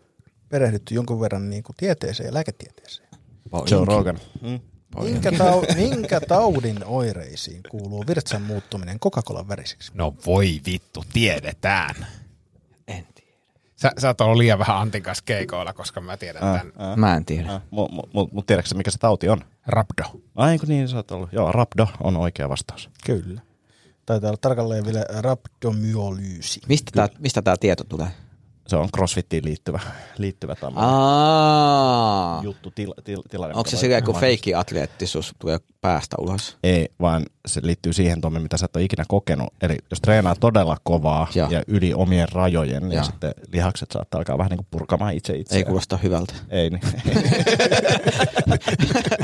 perehdytty jonkun verran niin kuin tieteeseen ja lääketieteeseen. Joe Rogan. Mm. Minkä, tau- minkä taudin oireisiin kuuluu virtsan muuttuminen Coca-Colan väriseksi? No voi vittu, tiedetään. En tiedä. Sä, sä oot ollut liian vähän Antin kanssa keikoilla, koska mä tiedän tämän. Mä en tiedä. Mutta mu, mu, mu, tiedätkö sä, mikä se tauti on? Rapdo. Ai kun niin sä oot ollut. Joo, Rapdo on oikea vastaus. Kyllä. Taitaa olla tarkalleen vielä rabdomyolyysi. Mistä tää, mistä tää tieto tulee? se on crossfittiin liittyvä, liittyvä tämmöinen Aa, juttu, til, til, tilanne. onko mikä se voi- silleen, kun voi- feikki atleettisuus tulee päästä ulos? Ei, vaan se liittyy siihen, Tommi, mitä sä et ole ikinä kokenut. Eli jos treenaa todella kovaa ja, Joo. ja yli omien rajojen, niin Joo. ja. sitten lihakset saattaa alkaa vähän niin kuin purkamaan itse itseään. Ei kuulosta hyvältä. Ei niin.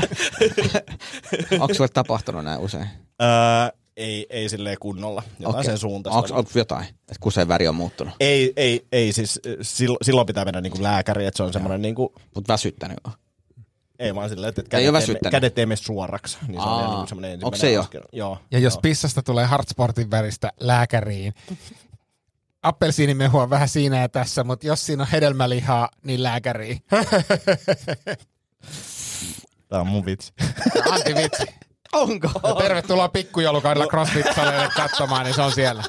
Onko sulle tapahtunut näin usein? öö, ei, ei silleen kunnolla. Jotain Okei. okay. sen suuntaista. Onko, onko jotain, että kuseen väri on muuttunut? Ei, ei, ei siis äh, sil- silloin pitää mennä niinku lääkäriin, että se on semmoinen niinku, Mutta väsyttänyt on. ei vaan silleen, että kädet, Ei ole ei mene- väsyttänyt. kädet ei mene suoraksi. Niin se Aa. on niinku semmoinen Onko ensimmäinen se jo? askel. Joo. Ja jos joo. pissasta tulee Hartsportin väristä lääkäriin, appelsiinimehua on vähän siinä ja tässä, mutta jos siinä on hedelmälihaa, niin lääkäriin. Tää on mun vitsi. Antti vitsi. Onko? Tervetuloa pikkujoulukaudella CrossFit-saleille katsomaan, niin se on siellä.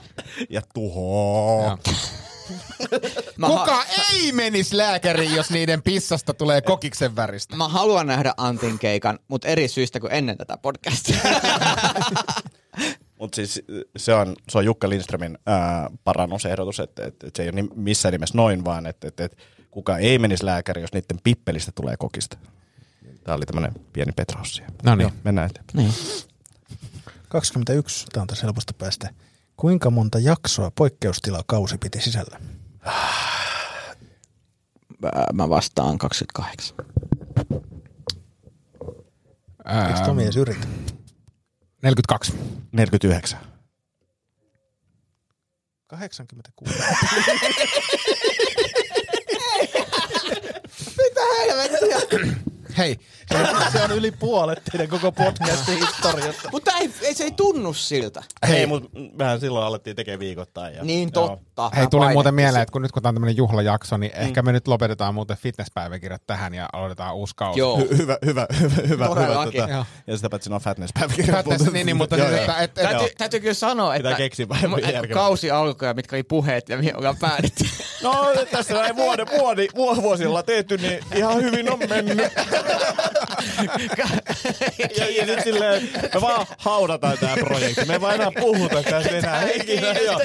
Ja tuhoa. Mä, ha- Kuka ei menisi lääkäriin, jos niiden pissasta tulee kokiksen väristä? mä haluan nähdä Antin keikan, mutta eri syistä kuin ennen tätä podcastia. Mutta siis se on, se on Jukka Lindströmin ää, parannusehdotus, että et, et se ei ole ni- missään nimessä noin, vaan että et, et kuka ei menisi lääkäriin, jos niiden pippelistä tulee kokista. Tämä oli tämmöinen pieni petraus siihen. No niin. Joo, Mennään eteenpäin. 21, tämä on tässä helposta päästä. Kuinka monta jaksoa poikkeustilakausi piti sisällä? Mä- mä vastaan 28. Ähm. Eikö Tomi edes yritä? 42. 49. 86. Hei, Se on yli puolet teidän koko podcastin historiasta. Mutta ei, ei, se ei tunnu siltä. Hei, Ei, mutta vähän silloin alettiin tekemään viikoittain. Ja, Niin Joo. totta. hei Mä tuli muuten painettiin mieleen, sit- että kun nyt kun tämä on tämmöinen juhlajakso, niin ehkä me nyt lopetetaan muuten fitnesspäiväkirjat tähän ja aloitetaan uusi kausi. Joo. Hy- hyvä, hyvä, hyvä, hyvä. hyvä Todellakin. tota, Joo. ja sitä paitsi on fatness-päiväkirja. Fatness, niin, niin, mutta Joo, siis, joo. että, että, Täytyy, täytyy kyllä sanoa, että Pitää keksiä vähän mu- järkevää. kausi alkoi ja mitkä oli puheet ja mihin ollaan päädytty. No tässä näin vuoden, vuodi, vu- vuosilla tehty, niin ihan hyvin on mennyt. ja, ja nyt silleen, me vaan haudataan tämä projekti. Me ei vaan enää puhuta tästä enää ikinä. Joo.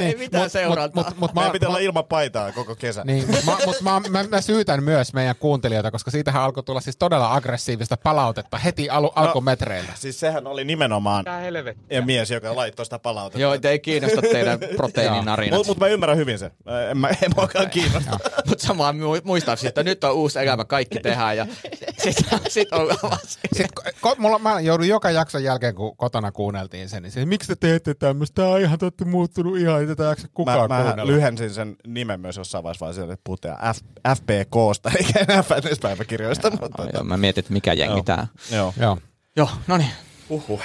ei mitään seurantaa. Niin, mut, mut, Meidän mä, pitää olla ilman paitaa koko kesä. Niin, mutta mä, mut mä, mä, mä syytän myös meidän kuuntelijoita, koska siitähän alkoi tulla siis todella aggressiivista palautetta heti No. alu, alkumetreillä. Siis sehän oli nimenomaan Mitä helvettiä? ja mies, joka laittoi sitä palautetta. Joo, te ei kiinnosta teidän proteiininarinat. Mutta mut mä ymmärrän hyvin sen. Mä- En, mä, en muakaan kiinnosta. Mutta samaa mu- muistaa siitä, että nyt on uusi elämä, kaikki tehdään ja sitten sit on Sitten, Siis ko, mulla, mä joudun joka jakson jälkeen, kun kotona kuunneltiin sen, niin siis, miksi te teette tämmöistä? Tämä on ihan totta muuttunut ihan, ei tätä jaksa Mä, kukaan mä, mä kuunnella. Mä lyhensin sen nimen myös jossain vaiheessa, vaan siellä puhutaan F, FPKsta, eikä enää fitnesspäiväkirjoista. Mutta, tota. Joo, mä mietin, että mikä jengi tää on. joo. Joo. Joo, no niin.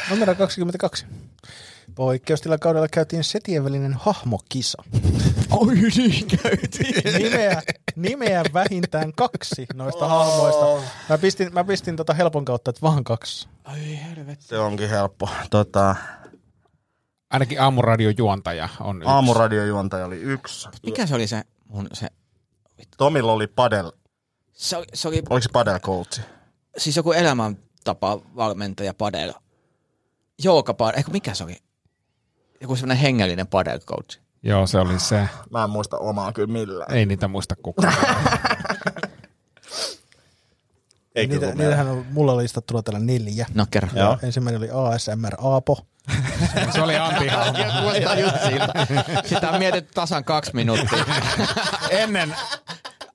Numero 22. Poikkeustilakaudella käytiin setien välinen hahmokisa. Oi niin, käytiin. Nimeä, nimeä vähintään kaksi noista hahmoista. Mä pistin, mä pistin tota helpon kautta, että vaan kaksi. Ai helvetti. Se onkin helppo. Tota, Ainakin aamuradiojuontaja on yksi. aamuradiojuontaja oli yksi. Mikä se oli se mun se... Tomilla oli padel. Se oli, se oli Oliko se padel coachi? siis joku elämäntapa valmentaja padel. Jooga padel, eikö mikä se oli? Joku semmoinen hengellinen padel coach. Joo, se oli se. Mä en muista omaa kyllä millään. Ei niitä muista kukaan. Ei kyllä Niitä, kun meillä- niitähän on mulla listattuna täällä neljä. No kerro. Joo. Ensimmäinen oli ASMR Aapo. se oli Antti Hahmo. Ja kuulostaa just siltä. Sitä on mietitty tasan kaksi minuuttia. Ennen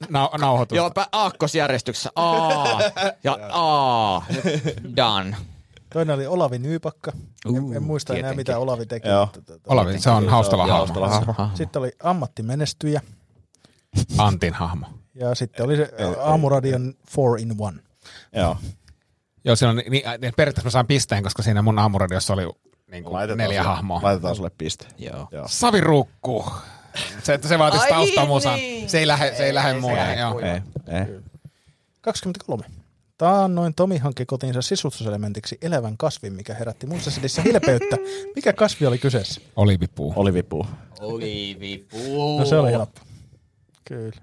nau- nauhoitusta. Joo, pä- aakkosjärjestyksessä. A ja A. Done. Toinen oli Olavi Nyypakka. Uu, en, en muista enää, tietenkin. mitä Olavi teki. Joo. mutta tota- Olavi, se on haustalla Joo, hahmo. hahmo. Sitten oli ammattimenestyjä Antin hahmo. ja sitten oli se aamuradion 4 in 1. Joo. Joo, siinä on, niin, niin, periaatteessa mä saan pisteen, koska siinä mun aamuradiossa oli niin kuin neljä sulle, hahmoa. Laitetaan sulle piste. Joo. Joo. Saviruukku. Se, että se vaatisi Ai taustamusan. niin. Se ei lähde, se ei lähde muualle. Joo. Ei, ei. 23. Taannoin Tomi hankki kotiinsa sisustuselementiksi elävän kasvin, mikä herätti muussa sedissä hilpeyttä. Mikä kasvi oli kyseessä? Olivipuu. Olivipuu. Olivipuu. No se oli helppo. Kyllä.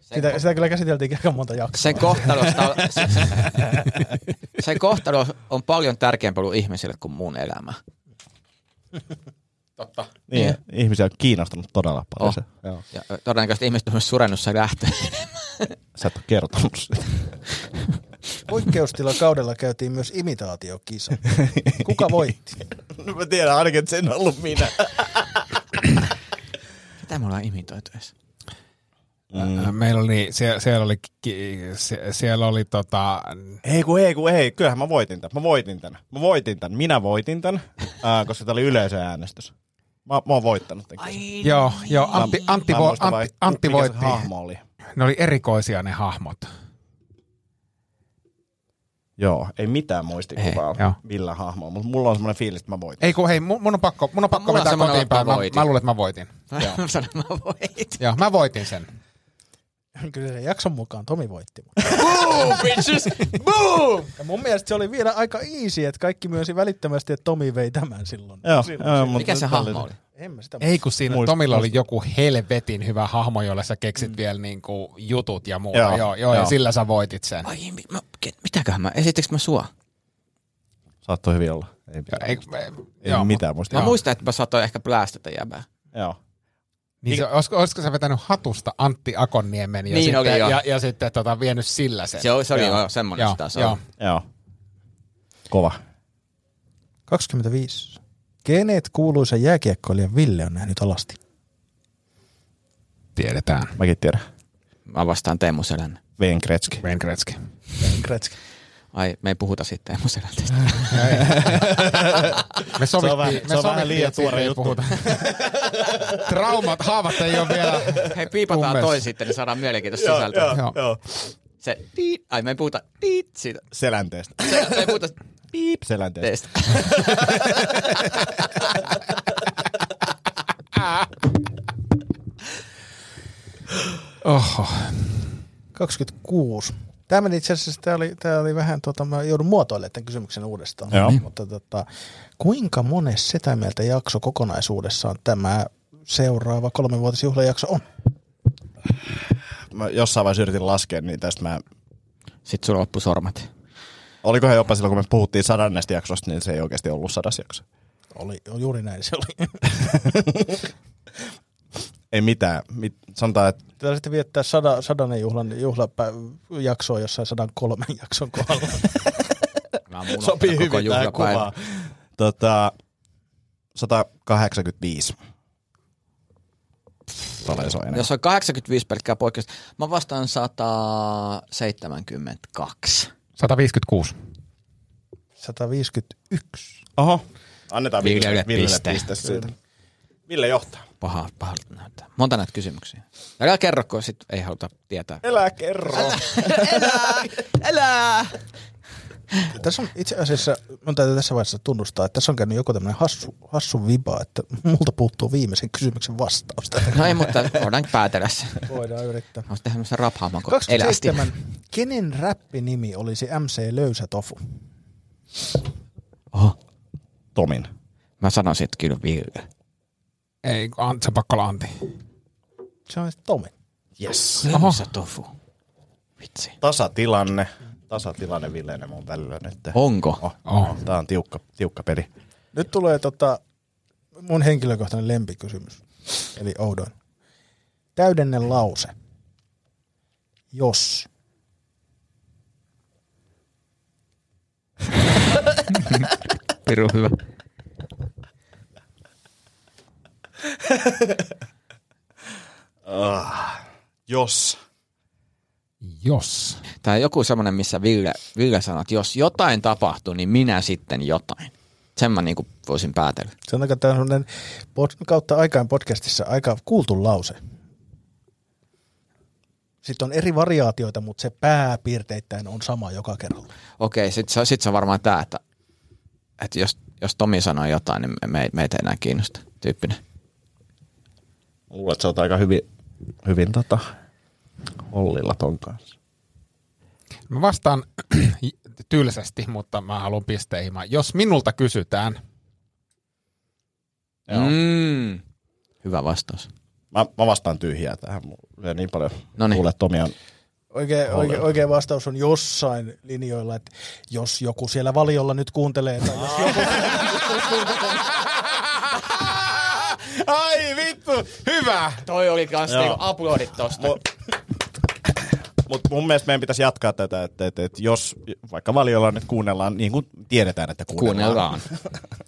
Sitä, sitä kyllä käsiteltiin aika monta jaksoa. Sen kohtalosta on, se, se, sen kohtalo on paljon tärkeämpi ollut ihmisille kuin mun elämä. Totta. Niin, Niin. ihmisiä on kiinnostanut todella paljon Oh. oh. se. Joo. Ja todennäköisesti ihmiset on myös surennut sen lähtöön. Sä et ole kertonut sitä. Poikkeustilakaudella käytiin myös imitaatiokisa. Kuka voitti? No mä tiedän ainakin, että sen on ollut minä. Mitä me ollaan imitoitu edes? Mm. Meillä oli, siellä, siellä oli, ki- sie- siellä oli tota, Ei kun ei kun ei, kyllähän mä voitin tän. Mä voitin tän. Mä voitin tän. Minä voitin tän, ää, koska tää oli yleisöäänestys. Mä, mä oon voittanut tän. kisan. joo, joo, Antti, Antti, Mä en vo, muista vai- Antti, Antti mikä se voitti. hahmo oli. Ne oli erikoisia ne hahmot. Joo, ei mitään muistikuvaa Ei, joo. millä hahmoa, mutta mulla on semmoinen fiilis, että mä voitin. Ei kun hei, mu- mun on pakko, mun on pakko Mulla on vetää semmoinen kotiin että mä päin. Mä, voitin. mä, luulen, että mä voitin. Mä sanon, mä voitin. Joo, mä voitin sen. Kyllä sen jakson mukaan Tomi voitti. Boom, bitches! Boom! Ja mun mielestä se oli vielä aika easy, että kaikki myönsi välittömästi, että Tomi vei tämän silloin. Joo, silloin joo, se- mutta Mikä se nyt hahmo oli? En mä sitä Ei kun siinä Muist- Tomilla oli joku helvetin hyvä hahmo, jolle sä keksit mm. vielä niinku jutut ja muuta. Joo, Joo, joo, joo, ja joo. sillä sä voitit sen. Ai, mi- mä, ke- mitäköhän mä, esittekö mä sua? Saattoi hyvin olla. Ei, Joo, mitään. Ei, ei joo, mitään muista. Mä muistan, että mä saatoin ehkä plästätä jäbää. Joo. Niin se, olisiko, olisiko sä vetänyt hatusta Antti Akonniemen ja, Niin sitten, oli, joo. ja, ja sitten tota, vienyt sillä sen? Se oli, se oli Joo. joo, semmoinen sitä se joo. oli. Joo. Kova. 25. Kenet kuuluisa jääkiekkoilija Ville on nähnyt alasti? Tiedetään. Mäkin tiedän. Mä vastaan Teemu Selänne. Wayne Gretzky. Wayne Gretzky. Kretski. Ai, me ei puhuta sitten Teemu Selänteestä. Me Se sovittiin, on vähän- me se on vähän sovittiin, liian että siitä tuore ei juttu. puhuta. Traumat, haavat ei ole vielä. Hei, piipataan Kummessa? toi sitten, niin saadaan mielenkiintoista sisältöä. Joo. joo. Se, tiit, ai me ei puhuta tiit siitä. Selänteestä. Se, me ei puhuta tiit Selänteestä. teistä. Oho. 26. Tämä meni itse asiassa, tämä oli, tämä oli vähän, tota, mä joudun muotoilemaan tämän kysymyksen uudestaan. Joo. Mutta tota, kuinka mones sitä mieltä jakso kokonaisuudessaan tämä seuraava kolmenvuotisjuhlajakso on? Mä jossain vaiheessa yritin laskea, niin tästä mä... Sitten sulla loppu sormat. Olikohan jopa silloin, kun me puhuttiin sadannesta jaksosta, niin se ei oikeasti ollut sadas jakso. Oli, juuri näin se oli. Ei mitään. Mit, sanotaan, että Pitää sitten viettää sada, sadanen juhlan juhlapä- jaksoa jossain 103 jakson kohdalla. Mä oon unohtanut sopii koko hyvin tähän juhlapäivän. kuvaan. Tota, 185. Paljon se on enemmän. Jos on 85 pelkkää poikkeusta, mä vastaan 172. 156. 151. Oho. Annetaan Ville, Villelle Ville, Ville piste. piste. siitä. Ville johtaa. Paha, pahalta näyttää. Monta näitä kysymyksiä. Älä kerro, kun sit ei haluta tietää. Elää kerro. Elää! Elää! Tässä on itse asiassa, mun täytyy tässä vaiheessa tunnustaa, että tässä on käynyt joku tämmöinen hassu, hassu viba, että multa puuttuu viimeisen kysymyksen vastaus. Tätä No ei, mutta voidaan päätellä se. voidaan yrittää. Mä oon tehdä tämmöisen raphaaman, kun elästi. 27. Kenen räppinimi olisi MC Löysä Tofu? Oho. Tomin. Mä sanoisin, että kyllä Ville. Ei, kun Ant- se on pakko olla Antti. Se on Tomi. Yes. Oho. tofu. Vitsi. Tasatilanne. Tasatilanne Villeen ja mun välillä nyt. Onko? Oh, Oh. oh. Tää on tiukka, tiukka peli. Nyt tulee tota, mun henkilökohtainen lempikysymys, eli oudoin. Täydenne lause. Jos. Piru hyvä. Jos. Jos. Tai joku semmoinen, missä Ville, Ville sanoo, että jos jotain tapahtuu, niin minä sitten jotain. Sen mä niinku voisin päätellä. Sanotaanko, että tämä on semmoinen pod- kautta aikaan podcastissa aika kuultu lause. Sitten on eri variaatioita, mutta se pääpiirteittäin on sama joka kerralla. Okei, sit se, sit se on varmaan tää, että, että jos, jos Tomi sanoo jotain, niin me- me, meitä ei enää kiinnosta. Tyyppinen. Luulen, että sä oot aika hyvin, hyvin tota, hollilla ton kanssa. Mä vastaan tylsästi, mutta mä haluan pisteihin. Jos minulta kysytään, Mm. Hyvä vastaus. Mä, mä vastaan tyhjää tähän. Mulla lyö niin paljon. Noniin. Kuule, Tomi on... Oikea, oikea, Olevan. oikea vastaus on jossain linjoilla, että jos joku siellä valiolla nyt kuuntelee, tai jos joku... Ai vittu, hyvä. Toi oli kans Joo. niinku uploadit tosta. Mutta mun mielestä meidän pitäisi jatkaa tätä, että, että, että jos vaikka valiolla nyt kuunnellaan, niin kuin tiedetään, että kuunnellaan. Kuunnellaan.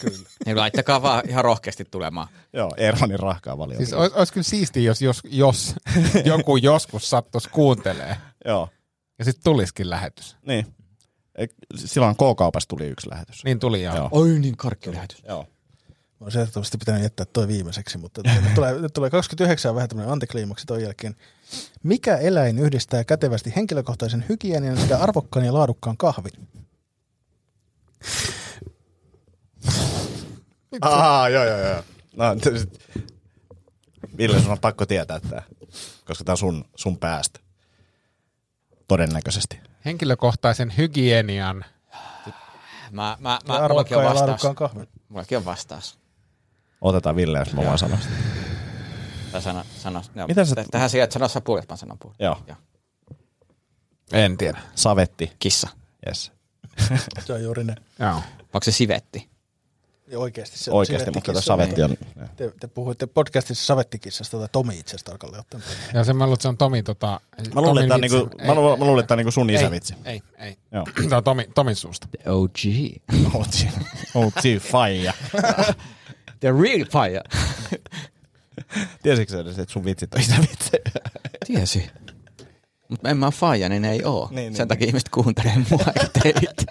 Kyllä. Niin laittakaa vaan ihan rohkeasti tulemaan. Joo, Eeronin rahkaa valiolla. Siis olisi, olisi kyllä siistiä, jos, jos, jos joku joskus sattuisi kuuntelee. Joo, Ja sitten tulisikin lähetys. niin. E- Silloin K-kaupassa tuli yksi lähetys. Niin tuli joo. Joo. joo. Oi niin, karkkilähetys. Joo. Mä olisin ehdottomasti pitänyt jättää toi viimeiseksi, mutta nyt tulee, nyt tulee 29 vähän tämmöinen antikliimaksi toi jälkeen. Mikä eläin yhdistää kätevästi henkilökohtaisen hygienian sekä arvokkaan ja laadukkaan kahvin? Aa, joo, joo, joo. No, t- sit- Ville, sun on pakko tietää tämä, koska tämä on sun, sun päästä. Todennäköisesti. Henkilökohtaisen hygienian. Mä, mä, Ja mä, mullekin on arvokkaan ja vastaus. laadukkaan kahvin. Mullekin on vastaus. Otetaan Ville, jos mä voin sanoa sitä. Tai sana, sana, joo. Mitä sä- Tä- Tähän sijaan, että sanoa sä puolet, mä sanon puolet. Joo. Joo. En tiedä. Savetti. Kissa. Yes. Se on juuri ne. Joo. Onko se sivetti? Ja oikeasti se on Oikeasti, mutta tuo sivettikissa. savetti on... Te, te puhuitte podcastissa savettikissasta tai Tomi itse asiassa tarkalleen ottaen. Ja sen mä luulen, että se on Tomi tota... Mä luulen, että tämä on, niinku, mä luulen, mä luulen, että tää on niinku sun isävitsi. Ei, ei. Joo. Tämä on Tomi, Tomin suusta. The OG. Outsi. Outsi faija. The real fire. Tiesitkö sä edes, että sun vitsit on isävitsejä? Tiesi. Mutta en mä oo faija, niin ei oo. Niin, niin, Sen takia ihmiset kuuntelee mua ja teitä.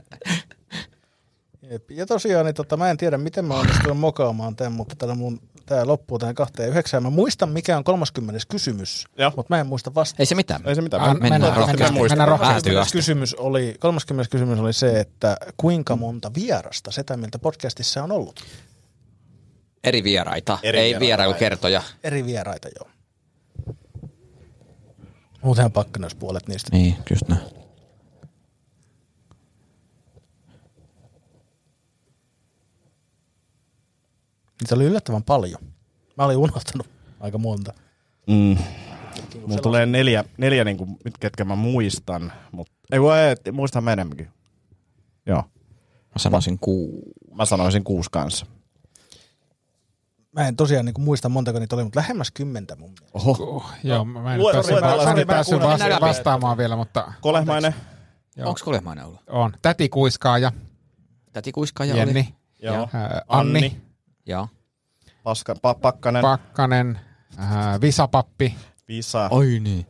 Jep. Ja tosiaan, niin tota, mä en tiedä, miten mä onnistuin mokaamaan tämän, mutta täällä mun, tää loppuu tähän kahteen yhdeksään. Mä muistan, mikä on 30. kysymys, Joo. mutta mä en muista vasta. Ei se mitään. Ei se mitään. Mä, Ah, mennään mä, mä, mä, rohkeasti. muistan. Mennään rohkeasti. Päätyy 30. asti. kysymys oli, 30. kysymys oli se, että kuinka monta vierasta sitä mieltä podcastissa on ollut? Eri vieraita. Eri ei vieraita. vierailukertoja. Eri vieraita joo. Muutenhan pakkanen, jos puolet niistä. Niin, just näin. Niitä oli yllättävän paljon. Mä olin unohtanut aika monta. Mm. Mulla tulee neljä, neljä niinku, mit- ketkä mä muistan. Mut, ei voi, ei, muistan mä enemmänkin. Joo. Mä sanoisin kuu. Mä sanoisin kuusi kanssa. Mä en tosiaan niin muista montako niitä oli, mutta lähemmäs kymmentä mun mielestä. Oho. Joo, mä en Lue- päässyt, lue- mä, lue- mä lue- en päässyt kuunnella- vasta- vastaamaan vielä, mutta Kolehmainen. Joo. Onko kolemainen ollut? on. Täti Kuiskaaja, Täti Kuiskaaja oli. Jenni, Joo. ää, Anni. Anni, Anni. Joo. Paska, pa, pakkanen. Pa. Pakkanen, ää, Visapappi, Visa. Oi niin.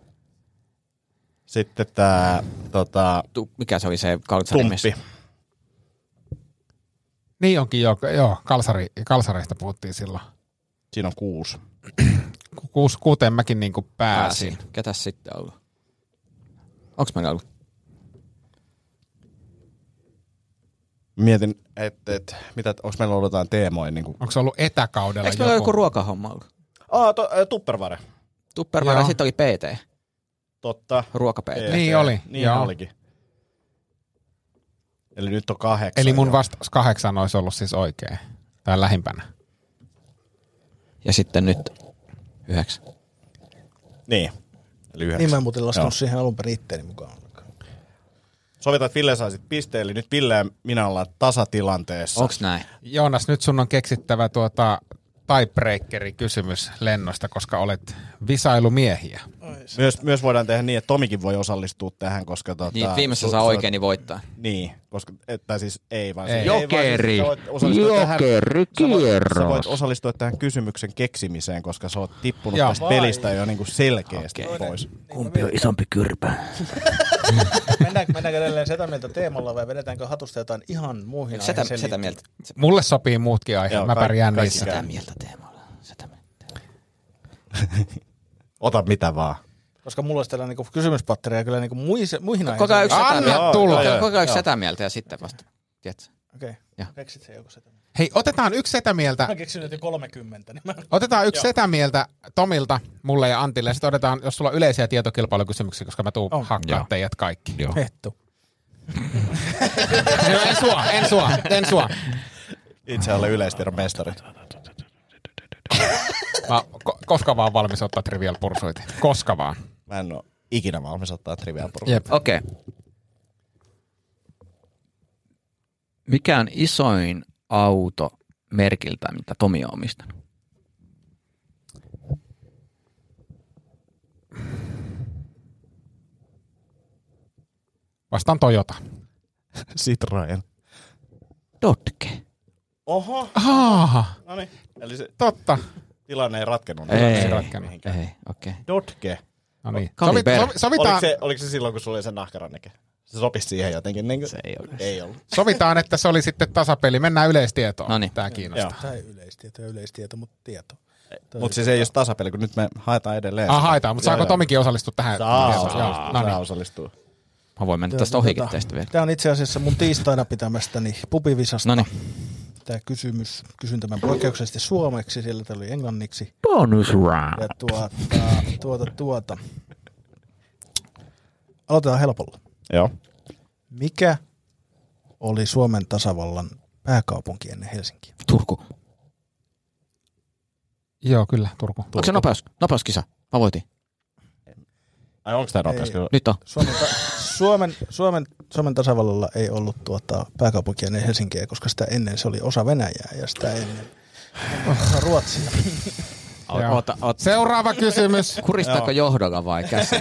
Sitten tää tota, Tu, mikä se oli se kaltsarimies? tumppi. Niin onkin jo, joo, kalsari, kalsareista puhuttiin silloin. Siinä on kuusi. Ku- Kuus, kuuteen mäkin niinku pääsin. Pääsin. Ketäs sitten ollut? Onks meillä ollut? Mietin, että et, mitä, onko meillä ollut jotain teemoja. Niin kuin... Onko se ollut etäkaudella Eikö meillä joku, joku joku? ruokahomma ollut? Aa, to, ä, tupperware. Tupperware ja Joo. sitten oli PT, Totta. ruoka-PT. Ee, Niin oli, Niin joo. olikin. Eli nyt on kahdeksan. Eli mun jo. vastaus kahdeksan olisi ollut siis oikein. Tai lähimpänä. Ja sitten nyt yhdeksän. Niin. Eli yhdeksän. Niin mä en muuten laskenut Joo. siihen alun perin itteeni mukaan. Sovitaan, että Ville sai sit pisteen, eli nyt Ville ja minä ollaan tasatilanteessa. Onks näin? Joonas, nyt sun on keksittävä tuota tiebreakeri kysymys lennosta, koska olet visailumiehiä. Myös, myös voidaan tehdä niin, että Tomikin voi osallistua tähän, koska... Tota, Niin, su- viimeisen saa su- oikein, niin voittaa. Niin, koska, että siis ei vaan... se- Ei. ei vaan siis Jokeri. sä voit osallistua tähän- Jokeri, sä voit- Sä kierros. voit osallistua tähän kysymyksen keksimiseen, koska sä oot tippunut Joo. tästä pelistä jo niin kuin selkeästi pois. Kumpi on isompi kyrpä? Niin, no Mennäänkö, mennäänkö edelleen sitä mieltä teemalla vai vedetäänkö hatusta jotain ihan Niin, muihin Setä, aiheisiin setä liittyen? mieltä. Mulle sopii muutkin aiheet, Joo, mä kaikki- pärjään kaikki niissä. käy. Setä mieltä teemalla. Setä mieltä. Ota mitä vaan. Koska mulla olisi täällä niinku kysymyspatteria kyllä niinku muihin, muihin Koko ajan yksi setä Anna mieltä. tulla. Koko- Joo, Koko ajan yksi joo. setä mieltä ja sitten vasta. Tiedätkö? Okei, Joo. okay. keksit se joku setä. Hei, otetaan yksi setä mieltä. Mä keksin nyt jo 30, niin mä... Otetaan yksi setä mieltä Tomilta, mulle ja Antille. Sitten otetaan, jos sulla on yleisiä tietokilpailukysymyksiä, koska mä tuun On. hakkaa teidät kaikki. Joo. Hettu. No, en sua, en sua, en sua. Itse olen yleistiedon mestari. Mä ko- koska vaan valmis ottaa Trivial Pursuitin. Koska vaan. Mä en ole ikinä valmis ottaa triviaa porukkaa. Jep. Okei. Mikä on isoin auto, merkiltä, mitä Tomi on omistanut? Vastaan Toyota. Citroen. Dotke. Oho, Aha, no niin. Eli se totta. tilanne ei ratkennut. Ei, ei ratkennut. mihinkään. Ei, okei. Dotke. No niin. Sovi, Kaliber. sovi, Oliko sovitaan, se, oliko se silloin, kun sulla oli se nahkaranneke? Se sopisi siihen jotenkin. Niin kuin... Se ei ollut. Ei ollut. sovitaan, että se oli sitten tasapeli. Mennään yleistietoon. Noniin. Tämä kiinnostaa. Joo. Tämä ei yleistieto, ei yleistieto, mutta tieto. Mutta siis ei jos tasapeli, kun nyt me haetaan edelleen. Ah, sitä. haetaan, mutta Joo, saako joo. Tomikin osallistua tähän? Saa Joo, osallistua. no Saa niin. osallistua. Mä voin mennä tota- tästä ohikin tästä vielä. Tämä niin tota, on itse asiassa mun tiistaina pitämästäni No pubivisasta. niin. Tämä kysymys, kysyn tämän poikkeuksellisesti suomeksi, siellä tämä oli englanniksi. Bonus round. Ja tuota, tuota, tuota. Aloitetaan helpolla. Joo. Mikä oli Suomen tasavallan pääkaupunki ennen Helsinkiä? Turku. niin. Joo, kyllä, Turku. Onko se no- nopeus? Nopeuskisa. Mä voitin. Ai onko tämä nopeus? Ei. Kyllä. Nyt on. Suomen, ta- Suomen, Suomen, Suomen tasavallalla ei ollut tuota pääkaupunkia ennen Helsinkiä, koska sitä ennen se oli osa Venäjää ja sitä ennen osa Ruotsia. Joo. Oota, oota. Seuraava kysymys. Kuristaako johdolla vai käsi?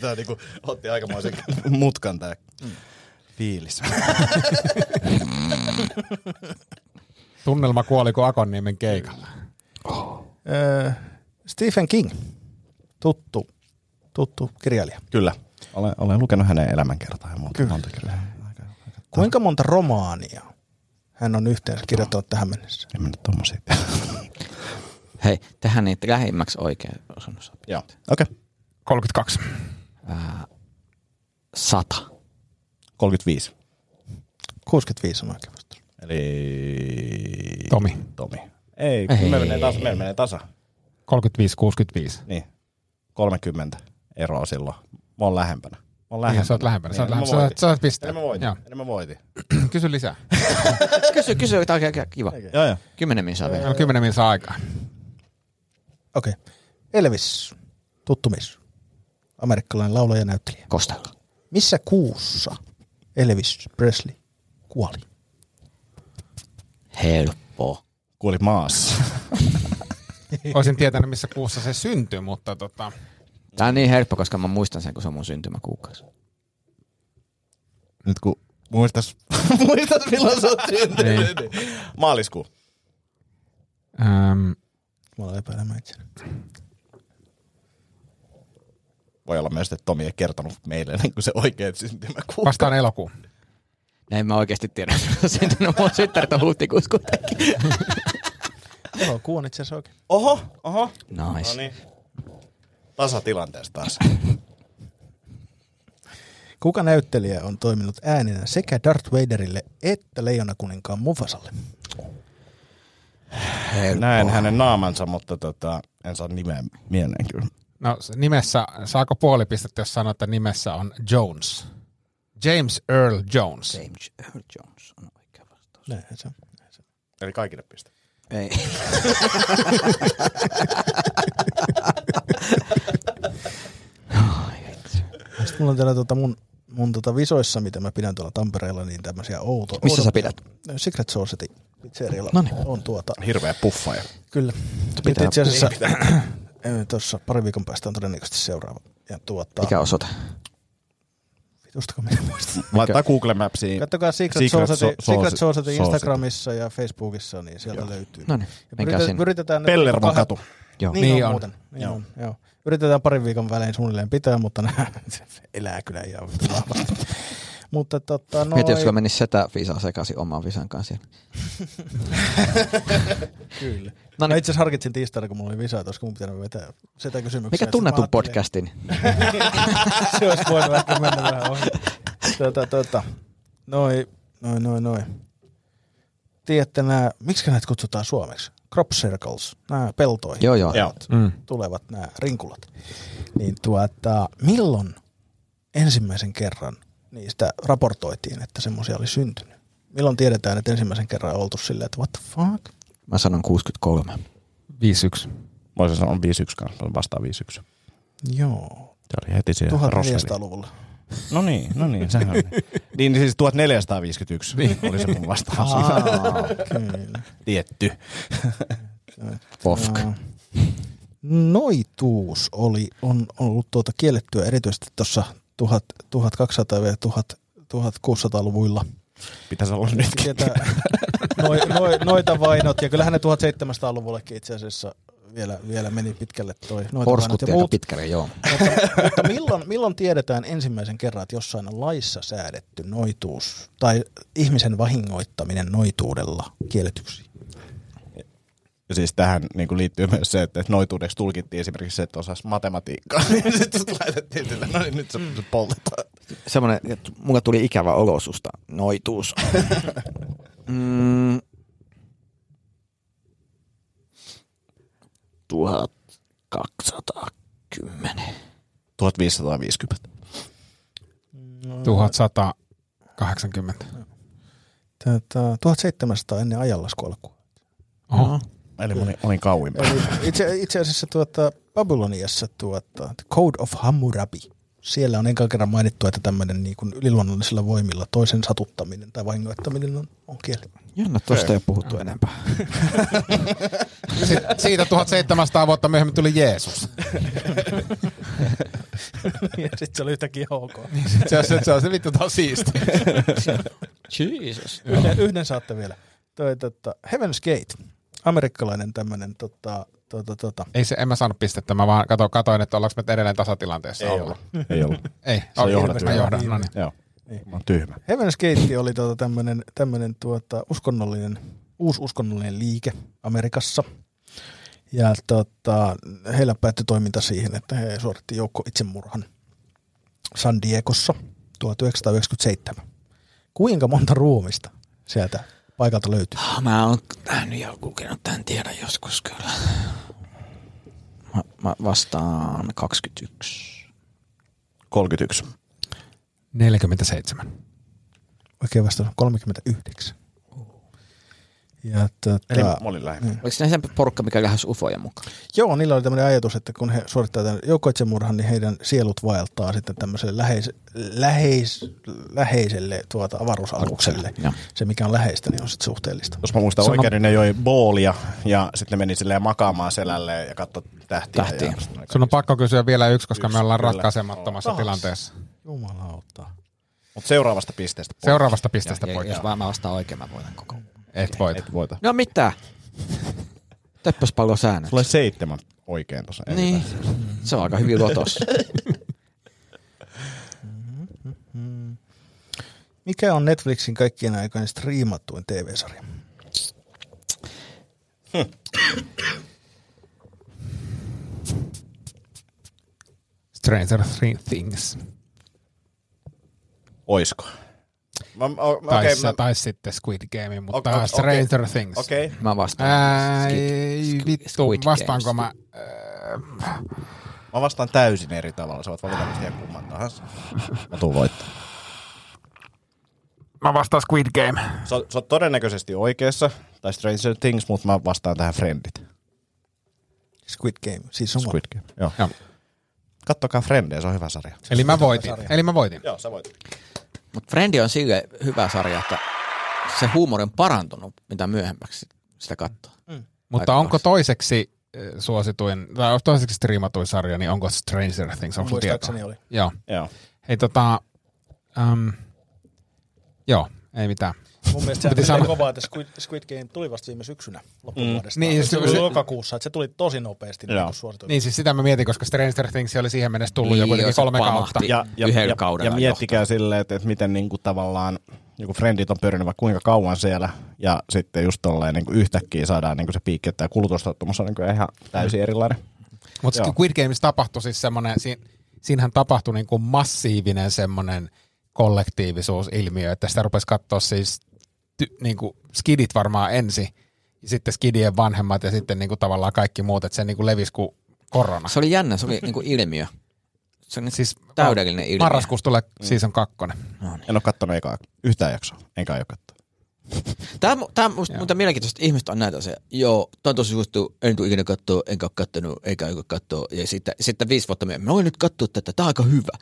Tämä niinku, otti aikamoisen mutkan tämä fiilis. Tunnelma kuoli kuin Akonniemen keikalla. Öö, Stephen King, tuttu, tuttu kirjailija. Kyllä. Olen, olen lukenut hänen elämänkertaa ja muuta. Kyllä. Monta kertaa. Aika- aika- Kuinka monta romaania hän on yhteensä kirjoittanut tähän mennessä? En mä nyt tommosia tiedä. Hei, tehän niitä lähimmäksi oikein osunut sopii. Joo. Okei. Okay. 32. Sata. 35. 65 on oikein vastaus. Eli... Tomi. Tomi. Ei, kun meillä menee tasa. Meillä menee tasa. 35-65. Niin. 30 eroa silloin. Mä oon lähempänä. Mä oon lähempänä. Niin, sä oot lähempänä. Sä oot Niin, lähempänä. mä Sä, voitin. sä saat pisteen. Eli mä voitin. Joo. Eli mä voitin. Kysy lisää. Kysy, kysy. Tää on aika kiva. Joo, joo. Kymmenen min saa vielä. Meillä on 10 minuuttia aikaa. Okei. Okay. Elvis, tuttu mies. Amerikkalainen laulaja ja näyttelijä. Kostello. Missä kuussa Elvis Presley kuoli? Helppo. Kuoli maassa. Olisin tietänyt, missä kuussa se syntyy, mutta tota, Tää on niin helppo, koska mä muistan sen, kun se on mun syntymäkuukausi. Nyt kun muistas, muistas milloin sä oot syntynyt. niin. Maaliskuu. äm, Mä olen epäilemään itseäni. Voi olla myös, että Tomi ei kertonut meille niin kuin se oikein syntymäkuu. vastaan elokuun. Näin mä oikeasti tiedän. Syntynyt mun synttärit on huhtikuussa kuitenkin. Elokuu on itse asiassa oikein. Oho, oho. No Nice. niin. Tasatilanteesta taas. Kuka näyttelijä on toiminut äänenä sekä Darth Vaderille että Leijonakuninkaan Mufasalle? Näen hänen naamansa, mutta tota, en saa nimeä mieleen kyllä. No s- nimessä, saako puoli pistettä, jos sanoo, että nimessä on Jones? James Earl Jones. James Earl Jones on oikea vastaus. Näin se on. Eli kaikille piste. Ei. Ai vitsi. Sitten mulla on täällä tota mun, mun tota visoissa, mitä mä pidän tuolla Tampereella, niin tämmöisiä outo. Missä sä outo- pidät? Secret Saucetin pizzerialla Noniin. on tuota. Hirveä puffaja. Kyllä. Pitää, itse asiassa eh, tuossa pari viikon päästä on todennäköisesti seuraava. Ja tuota, Mikä osoite? vitustako minä muistan. Laittaa Google Mapsiin. Kattokaa Secret, Secret Secret, Saucetin, So- Secret Saucetin Saucetin. Instagramissa ja Facebookissa, niin sieltä löytyy. No niin, Ja menkää yritetä- sinne. yritetään nyt Pellervon kahden- katu. Joo. Niin, Niin on, on. muuten. Niin joo. On, joo. Yritetään parin viikon välein suunnilleen pitää, mutta nää, se elää kyllä ihan vittu vahvasti. mutta tota, noin, Mieti, josko menisi setä visaa sekaisin oman visan kanssa. siellä. kyllä. No Mä niin. itse asiassa harkitsin tiistaina, kun mulla oli visaa, että olisiko mun pitänyt vetää sitä kysymyksiä. Mikä Sitten tunnetun mä ajattelin, podcastin? että Se olisi voinut ehkä mennä vähän ohi. Tota, tota, noi, noi, noi, noi. Tiedätte nämä, miksi näitä kutsutaan suomeksi? Crop circles, nämä peltoihin. Joo, joo. Joo. Mm. tulevat nämä rinkulat. Niin tuota, milloin ensimmäisen kerran niistä raportoitiin, että semmoisia oli syntynyt? Milloin tiedetään, että ensimmäisen kerran on oltu silleen, että what the fuck? Mä sanon 63. 51. Mä olisin sanonut 5-1 kanssa, mutta vastaan 5-1. Joo, Se oli heti siellä Roselli. 1400-luvulla. No niin, no niin, sehän oli. Niin siis 1451 niin. oli se mun vastaus. Aa, kyllä. Tietty. Pofk. Ah. Noituus oli, on, on ollut tuota kiellettyä erityisesti tuossa 1200 ja 1600-luvuilla. Pitäisi olla nytkin. Tietää, noi, noi, noita vainot, ja kyllähän ne 1700-luvullekin itse asiassa vielä, vielä meni pitkälle toi noita vainot Horskutti ja aika muut. pitkälle, joo. Mutta, mutta milloin, milloin tiedetään ensimmäisen kerran, että jossain on laissa säädetty noituus tai ihmisen vahingoittaminen noituudella kielletyksi? Ja siis tähän niin kuin liittyy myös se, että noituudeksi tulkittiin esimerkiksi se, että osasi matematiikkaa. Niin sitten sut laitettiin sille, no niin nyt se, se poltetaan. Semmoinen, että mulla tuli ikävä olo susta. Noituus. mm. 1210. 1550. 1180. Tätä 1700 Tuota, ennen ajallaskuolkua. Oho. Eli mä olin, olin kauimpana. Eli itse, itse asiassa tuota, Babyloniassa tuota, The Code of Hammurabi. Siellä on enkä kerran mainittu, että tämmöinen niin kuin yliluonnollisilla voimilla toisen satuttaminen tai vahingoittaminen on, on kieli. Jännä, tosta ei ole puhuttu enempää. Sitten siitä 1700 vuotta myöhemmin tuli Jeesus. ja sitten se oli yhtäkkiä ok. Se on se, se, on se vittu taas siisti. Jesus. yhden, yhden saatte vielä. Toi, tota, Heaven's Gate, amerikkalainen tämmöinen tota, tota, tota, Ei se, en mä saanut pistettä, mä vaan katoin, katoin että ollaanko me edelleen tasatilanteessa. Ei ollut. Ei ollut. Ei, Sä okei, johdat mä vielä. johdan. No niin. Joo. Mä oon tyhmä. Heaven's Gate oli tota tämmöinen tämmönen tuota uskonnollinen, uusi uskonnollinen liike Amerikassa. Ja tota, heillä päättyi toiminta siihen, että he suoritti joukko itsemurhan San Diegossa 1997. Kuinka monta ruumista sieltä paikalta löytyy? No, Mä oon nähnyt ja lukenut tämän tiedän joskus kyllä. Mä, mä vastaan 21. 31. 47. Oikein vastaus on 39. Ja Eli tota, mä olin lähempänä. Oliko se se porukka, mikä lähes ufoja mukaan? Joo, niillä oli tämmöinen ajatus, että kun he suorittavat tämän joukkoitsemurhan, niin heidän sielut vaeltaa sitten tämmöiselle läheis, läheis, läheiselle tuota avaruusalukselle. Joo. Se, mikä on läheistä, niin on sitten suhteellista. Jos mä muistan Sama- oikein, niin ne joi boolia ja sitten ne meni silleen makaamaan selälleen ja katsoi tähtiä. Tähtiä. Ja sitten ne Sun on pakko kysyä vielä yksi, koska Yksi, me ollaan kyllä. ratkaisemattomassa tilanteessa. Jumalauta. Mut seuraavasta pisteestä. pois. Seuraavasta pisteestä poikki. Jos vaan mä vastaan oikein, mä voitan koko. Et voita. Et voita. No mitä? Töppöspallo säännöt. Sulla oli seitsemän oikein tuossa. Niin. Se on aika hyvin lotos. Mikä on Netflixin kaikkien aikojen striimattuin TV-sarja? Stranger Things. Oisko? Mä, o, mä, Tai, okei, se- mä, tai sitten Squid Game, mutta Okei, okei. Stranger Things. Okei. Okay. Mä vastaan. Ää, Skid- ei Skid- vittu, Squid vastaanko Games. mä? Mä vastaan täysin eri tavalla. Sä voit valita mistä ihan kumman tahansa. Mä tuun voittaa. Mä vastaan Squid Game. Sä, oot- sä oot todennäköisesti oikeassa, tai Stranger Things, mutta mä vastaan tähän No Friendit. Squid Game, siis on Squid Game. Joo. Joo. Kattokaa Friendejä, se on hyvä sarja. Eli mä voitin. Eli mä voitin. Joo, sä voit. Mut Frendi on sille hyvä sarja, että se huumori on parantunut, mitä myöhemmäksi sitä katsoo. Mutta Aika onko kaksi. toiseksi äh, suosituin, tai onko toiseksi striimatuin sarja, niin onko Stranger Things? Onko sulla tietoa? Muistaakseni oli. Joo. Joo. Hei tota, äm, joo, ei mitään. Mun mielestä Piti se on sanoa. kovaa, että Squid, Squid Game tuli vasta viime syksynä Mm. loppuvuodesta. Niin, se, se- oli se- lokakuussa, että se tuli tosi nopeasti Joo. niin suosituin. Niin siis sitä mä mietin, koska Stranger Things oli siihen mennessä tullut Niin, jo kuitenkin joo, se kolme pamahti. kautta. Ja, ja, Yhdellä ja, kaudella ja miettikää silleen, että, että miten niin kuin tavallaan joku Friendit on pyörinyt vaikka kuinka kauan siellä, ja sitten just tolleen niin kuin yhtäkkiä saadaan niin kuin se piikki, että tämä kulutustottumus on niin kuin ihan täysin erilainen. Mutta Joo. Squid Games tapahtui siis semmoinen, siin, siinähän tapahtui niinku massiivinen semmoinen kollektiivisuusilmiö, että sitä rupesi katsoa siis ty, niinku skidit varmaan ensin, ja sitten skidien vanhemmat ja sitten niinku tavallaan kaikki muut, että se niinku levisi kuin korona. Se oli jännä, se oli niinku ilmiö. Se on siis Siis täydellinen ilmiö. No niin. Marraskuussa tulee season kakkonen. En ole katsonut ekaa, yhtään jaksoa, enkä aio katsoa. Tämä, mu- tämä musta, mutta mielenkiintoista, että ihmiset on näitä asioita. Joo, tämä on tosi suosittu, en tule ikinä katsoa, enkä ole kattonut, eikä aiko katsoa. Ja sitten, sitten viisi vuotta myöhemmin, mä voin nyt katsoa tätä, tämä on aika hyvä.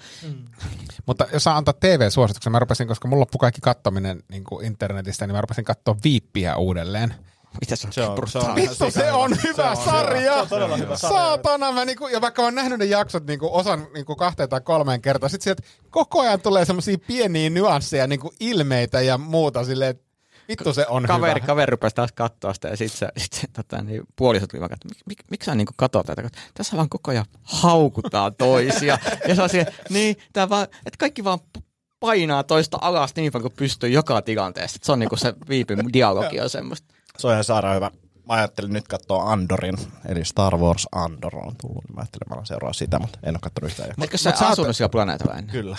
Mutta jos saa antaa TV-suosituksen, mä rupesin, koska mulla loppui kaikki kattominen niin kuin internetistä, niin mä rupesin katsoa viippiä uudelleen. Mitä se on? Se on, se on, Vittu, se on hyvä sarja! Se on todella hyvä sarja. Saatana, mä niinku, ja vaikka mä oon nähnyt ne jaksot niinku osan niinku kahteen tai kolmeen kertaan, sit sieltä koko ajan tulee semmosia pieniä nyansseja, niinku ilmeitä ja muuta silleen, että vittu se on Kaveri, No hyvä. kaveri rupesi taas katsoa sitä ja sitten se, sit se tota, niin, puoliso tuli vaan katsomaan, mik, miksi sä niin katot tätä? Kun Tässä vaan koko ajan haukutaan toisia. ja se on siihen, niin, tää vaan, että kaikki vaan p- painaa toista alas niin paljon kuin pystyy joka tilanteessa. Se on niinku se viipin dialogi on semmoista. se on ihan sairaan hyvä. Mä ajattelin nyt katsoa Andorin, eli Star Wars Andor on tullut, niin mä ajattelin, että mä seuraa sitä, mutta en ole katsonut yhtään jaksoa. Etkö sä, sä asunut siellä planeetalla ennen? Kyllä.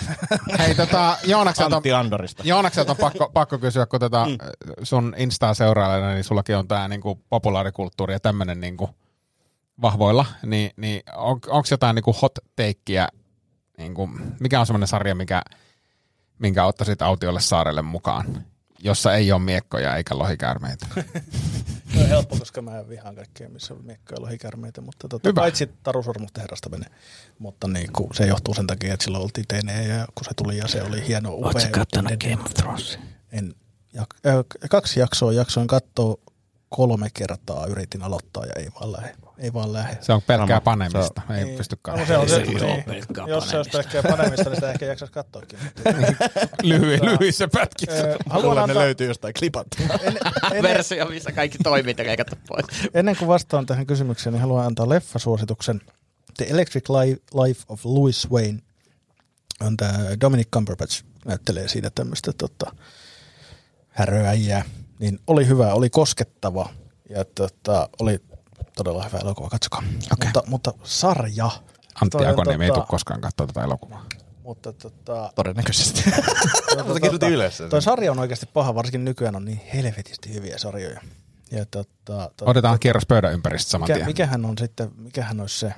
Hei, tota, Joonakselta, Antti Andorista. Joonakselta on pakko, pakko kysyä, kun tätä Mm. sun Instaa seuraajana, niin sullakin on tää niinku populaarikulttuuri ja tämmönen niinku vahvoilla, niin, niin on, onko jotain niinku hot takeä, niinku, mikä on semmoinen sarja, mikä, minkä ottaisit autiolle saarelle mukaan, jossa ei ole miekkoja eikä lohikäärmeitä? Se on helppo, koska mä vihaan kaikkea, missä on miekkoja ja lohikärmeitä, mutta tota, Hyvä. paitsi tarusormustehdasta menee. Mutta niin kuin, se johtuu sen takia, että silloin oltiin teinejä ja kun se tuli ja se oli hieno upea. Ootko kattonut Dead- Game of Thrones? En, jak, ö, kaksi jaksoa jaksoin katsoa kolme kertaa, yritin aloittaa ja ei vaan lähe. Ei vaan lähe. Se on pelkkää Sama. panemista, ei Niin. pysty No, se katsomaan. on se, Ei oo niin. pelkkää Jos se olisi pelkkää panemista, niin sitä ehkä jaksaisi katsoakin. Lyhy, lyhyissä pätkissä. Ö, Haluan Haluan ne antaa, löytyy jostain klipat. ennen, Versio, missä kaikki toiminta leikattu pois. Ennen kuin vastaan tähän kysymykseen, niin haluan antaa leffasuosituksen. The Electric Li- Life of Louis Wayne on tämä Dominic Cumberbatch näyttelee siinä tämmöistä tota, häröäjää. Niin oli hyvä, oli koskettava ja tota, oli todella hyvä elokuva, katsokaa. Okay. Mutta, mutta sarja. Antti Toi on Akoniemi ei tota- tule koskaan katsoa tätä elokuvaa. Mutta tota, Todennäköisesti. Mutta kirjoitin ylös. Toi sarja on oikeasti paha, varsinkin nykyään on niin helvetisti hyviä sarjoja. Ja tota, tota, Otetaan kierros pöydän ympäristä saman mikä, tien. mikähän on sitten, mikähän olisi se,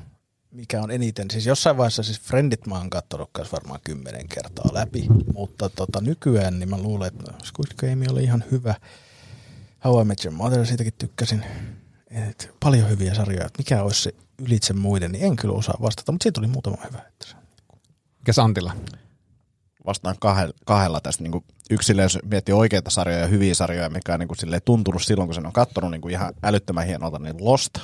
mikä on eniten, siis jossain vaiheessa siis Friendit mä oon kattonut kanssa varmaan kymmenen kertaa läpi, mutta tota, nykyään niin mä luulen, että Squid Game oli ihan hyvä. How I Met Your Mother, siitäkin tykkäsin. Et paljon hyviä sarjoja, että mikä olisi se ylitse muiden, niin en kyllä osaa vastata, mutta siitä tuli muutama hyvä. Että se- Mikäs Antilla? vastaan kahdella, kahdella tästä. Niin yksilö, jos miettii oikeita sarjoja ja hyviä sarjoja, mikä on niin kuin, silleen, tuntunut silloin, kun sen on katsonut niin kuin, ihan älyttömän hienolta, niin Lost.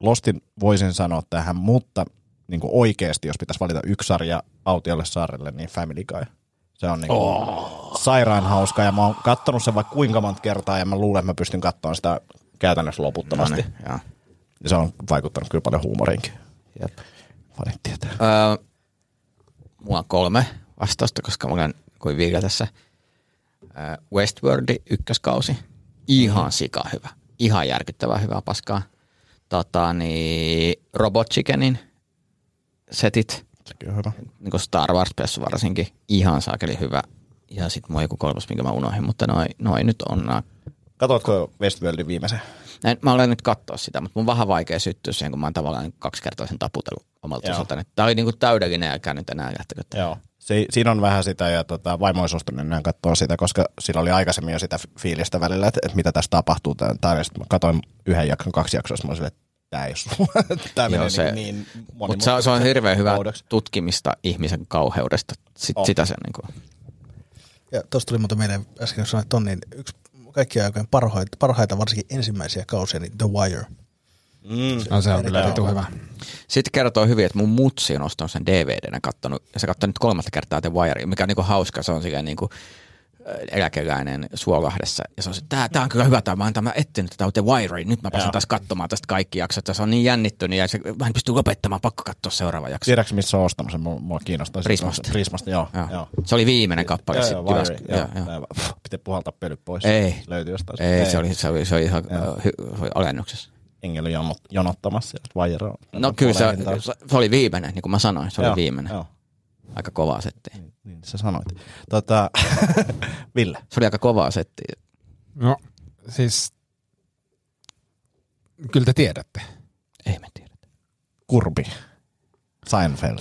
Lostin voisin sanoa tähän, mutta niin kuin oikeasti, jos pitäisi valita yksi sarja autiolle saarelle, niin Family Guy. Se on niin kuin, oh. sairaan hauska ja mä oon kattonut sen vaikka kuinka monta kertaa ja mä luulen, että mä pystyn katsomaan sitä käytännössä loputtomasti. No niin, ja se on vaikuttanut kyllä paljon huumoriinkin. Jep. Paljon tietää. Öö, mulla on kolme vastausta, koska mulla on kuin viikö tässä. Öö, Westworldi ykköskausi. Mm-hmm. Ihan sika hyvä. Ihan järkyttävän hyvää paskaa. Tota, niin, Robot Chickenin setit, Sekin on hyvä. niin kuin Star Wars Pessu varsinkin, ihan saakeli hyvä. Ja sitten mulla on joku kolmas, minkä mä unohdin, mutta noin noi nyt on nää Katoitko Westworldin viimeisen? en, mä olen nyt katsoa sitä, mutta mun on vähän vaikea syttyä siihen, kun mä oon tavallaan kaksi kertaa sen taputellut omalta Joo. osaltani. Tämä oli niinku täydellinen ja käynyt enää lähtökö. Joo. Se, siinä on vähän sitä, ja tota, vaimo on suostunut enää katsoa sitä, koska sillä oli aikaisemmin jo sitä fiilistä välillä, että, että mitä tässä tapahtuu. Tämän, tämän, sitten mä katsoin yhden jakson, kaksi jaksoa, sitten mä olin silleen, että tämä ei ole Tämä menee se- se, niin, niin Mutta se, on- se on hirveän hyvä oudoksi. tutkimista ihmisen kauheudesta. Sit, On. Sitä se niinku. Ja tuosta tuli muuten meidän äsken, kun sanoit ton, niin yksi kaikkien aikojen parhaita, parhaita, varsinkin ensimmäisiä kausia, niin The Wire. No se on Erittäin kyllä vitu hyvä. Sitten kertoo hyvin, että mun mutsi on ostanut sen DVDnä kattonut, ja se katsoi nyt kolmatta kertaa The Wire, mikä on niinku hauska, se on silleen niinku äh, eläkeläinen Suolahdessa. Ja se on se, tää, tää on kyllä hyvä, tää, mä oon tämä etsinyt tätä The Wire, niin nyt mä pääsen Joo. taas katsomaan tästä kaikki jaksot, ja se on niin jännittynyt, ja se, mä en pysty lopettamaan, pakko katsoa seuraava jakso. Tiedätkö, missä on ostanut sen? Mua, mua kiinnostaa. se- Prismasta. Prismasta, joo. Joo. joo. joo. Se oli viimeinen kappale. Joo, sit joo, Wire, Jyväsk- joo, joo, joo. joo. Pff, Pitää puhaltaa pölyt pois. Ei. Löytyy jostain. Ei, se oli, se oli, se oli ihan hy, se oli alennuksessa. Engeli jonot, jonottamassa, ja Wire on. No kyllä se, puoleen hintaan. se, se oli viimeinen, niin kuin mä sanoin, se oli Joo, viimeinen. Joo, Aika kovaa setti. niin sä sanoit. Tota, Ville. Se oli aika kovaa setti. No, siis kyllä te tiedätte. Ei me tiedä. Kurbi. Seinfeld.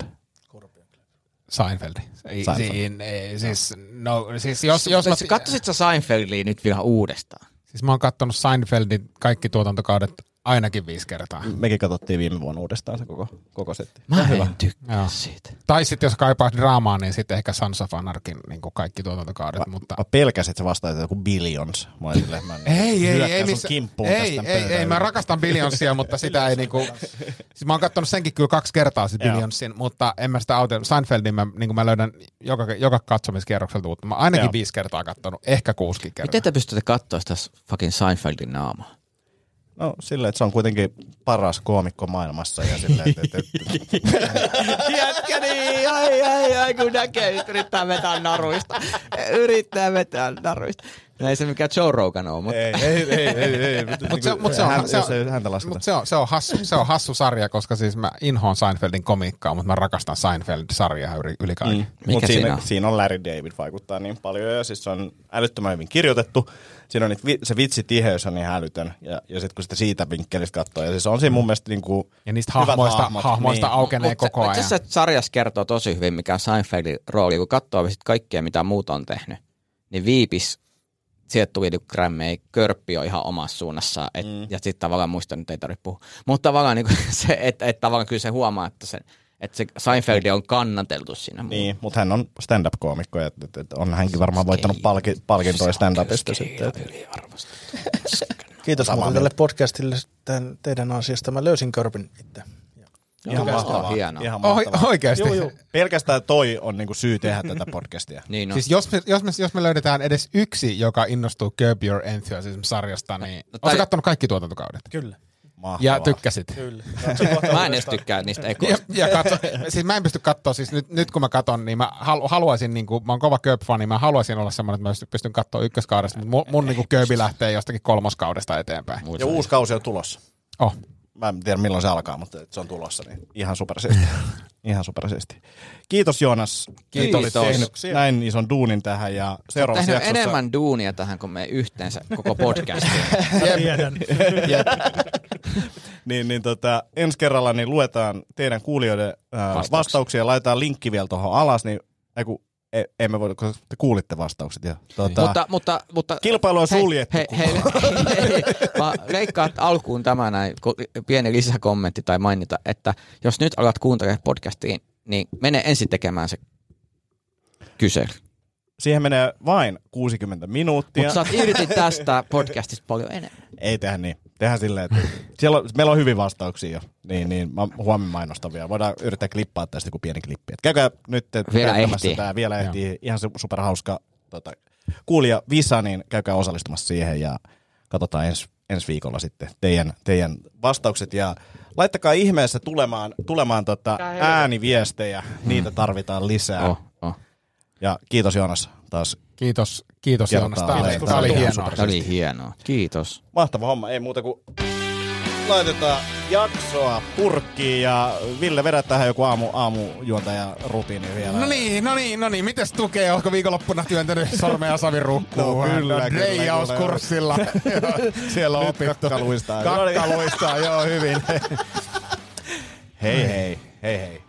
Seinfeld. Ei, Seinfeld. Siinä, ei, siis, no, siis jos, jos mä, Jos Katsoisit sä Seinfeldia nyt vielä uudestaan? siis mä oon kattonut Seinfeldin kaikki tuotantokaudet ainakin viisi kertaa. Mekin katsottiin viime vuonna uudestaan se koko, koko setti. Mä en tykkää Joo. siitä. Tai sitten jos kaipaa draamaa, niin sitten ehkä Sons of Anarchin niin kuin kaikki tuotantokaudet. Mä, mutta... mä pelkäsin, että se vastaa että joku Billions. Mä olin silleen, mä Ei, ei, ei, missä... missä, kimppuun ei, tästä ei, ei, mä rakastan Billionsia, mutta sitä ei niinku, siis mä oon kattonut senkin kyllä kaksi kertaa siis Joo. Billionsin, mutta en mä sitä auta, Seinfeldin mä, niinku mä löydän joka, joka katsomiskierrokselta uutta, mä oon ainakin Joo. viisi kertaa kattonut, ehkä kuusikin kertaa. Miten te pystytte katsoa sitä fucking Seinfeldin naamaa? No silleen, että se on kuitenkin paras koomikko maailmassa ja silleen, että, että, että Jätkä niin, ai ai ai, kun näkee, nyt yrittää vetää naruista. Yrittää vetää naruista. No ei se mikä Joe Rogan on, mutta ei, ei, ei, ei, ei. Mutta se, mut se, on, se, jos ei häntä on, lasketa. mut se, on, se, on hassu, se on hassu sarja, koska siis mä inhoon Seinfeldin komiikkaa, mutta mä rakastan Seinfeld-sarjaa yli, yli kaiken. Mm. Mikä Mut siinä, siinä on? siinä on Larry David vaikuttaa niin paljon ja siis se on älyttömän hyvin kirjoitettu. Siinä on niitä, vi- se vitsitiheys on niin hälytön ja, ja sitten kun sitä siitä vinkkelistä katsoo ja siis on Mm. siinä mun mielestä niin kuin Ja niistä hahmoista, hahmoista niin. aukenee Mut se- koko ajan. Itse asiassa sarjassa kertoo tosi hyvin, mikä on Seinfeldin rooli, kun katsoo sit kaikkea, mitä muut on tehnyt. Niin viipis, sieltä tuli niinku grämmejä, körppi on ihan omassa suunnassa, et, mm. ja sitten tavallaan muista nyt ei tarvitse puhua. Mutta tavallaan, niinku se, että et, tavallaan kyllä se huomaa, että se, että se Seinfeld on kannateltu siinä. Niin, mutta hän on stand-up-koomikko ja et, et, on hänkin varmaan voittanut palki, palkintoja Siis stand-upista sitten. et- Kiitos Samaa muuten tälle podcastille tämän, teidän ansiosta. Mä löysin Körpin itse. Ihan mahtavaa. hienoa. Ihan Oh, mahtavaa. oikeasti. Juu, juu. Pelkästään toi on niinku syy tehdä tätä podcastia. Niin on. Siis jos me, jos, me, jos me löydetään edes yksi, joka innostuu Curb Your Enthusiasm-sarjasta, niin no, No tai... tai- ootko kattonut kaikki tuotantokaudet? Kyllä. Mahtavaa. Ja tykkäsit. Kyllä. Mä en edes tykkää niistä Ja, ekoista. ja katso, siis mä en pysty katsoa, siis nyt, nyt kun mä katon, niin mä halu, haluaisin, niin kuin, mä oon kova Curb-fani, mä haluaisin olla semmoinen, että mä pystyn- pystyn katsoa ykköskaudesta, mutta mun, mun niin kuin Curbi lähtee jostakin kolmoskaudesta eteenpäin. ja uusi kausi on tulossa. Oh. Mä en tiedä milloin se alkaa, mutta se on tulossa, niin ihan supersiisti. ihan supersiisti. Kiitos Joonas. Kiitos. Olit tehnyt näin ison duunin tähän ja seuraavassa Tehnyt jaksossa... enemmän duunia tähän kuin me yhteensä koko podcastiin. Niin, niin tota, ensi kerralla niin luetaan teidän kuulijoiden ää, vastauksia. vastauksia, laitetaan linkki vielä tuohon alas, niin ei, kun, ei, ei me voi, koska te kuulitte vastaukset. Ja, tota, mutta, mutta, mutta, kilpailu on suljettu. Hei, hei, hei, hei, mä leikkaan alkuun tämä näin, ku- pieni lisäkommentti tai mainita, että jos nyt alat kuuntelemaan podcastiin, niin mene ensin tekemään se kysely. Siihen menee vain 60 minuuttia. Mutta saat irti tästä podcastista paljon enemmän. Ei tehdä niin. Tehdään silleen, että siellä on, meillä on hyvin vastauksia jo. Niin, niin mä huomenna mainostan vielä. Voidaan yrittää klippaa tästä kuin pieni klippi. Et käykää nyt Vielä täyttämässä ehtii. Tää. Vielä ehtii. Ihan se superhauska tota, kuulija Visa, niin käykää osallistumassa siihen ja katsotaan ensi, ensi viikolla sitten teidän, teidän vastaukset. Ja laittakaa ihmeessä tulemaan, tulemaan tota ääniviestejä. Niitä tarvitaan lisää. Oh, oh. Ja kiitos Joonas taas. Kiitos, kiitos Kertaa Joonas. Tämä oli, meille. tämä oli No niin. Tämä oli hienoa. Tämä oli hienoa. Kiitos. Mahtava homma. Ei muuta kuin laitetaan jaksoa purkkiin ja Ville vedä tähän joku aamu, aamujuontaja rutiini vielä. No niin, no niin, no niin. Mites tukee? Oletko viikonloppuna työntänyt sormeja Savin rukkuun? No kyllä, kyllä, Reijauskurssilla. Siellä on Nyt opittu. kakkaluistaa. Kakkaluistaa, joo, hyvin. Hei hei, hei hei.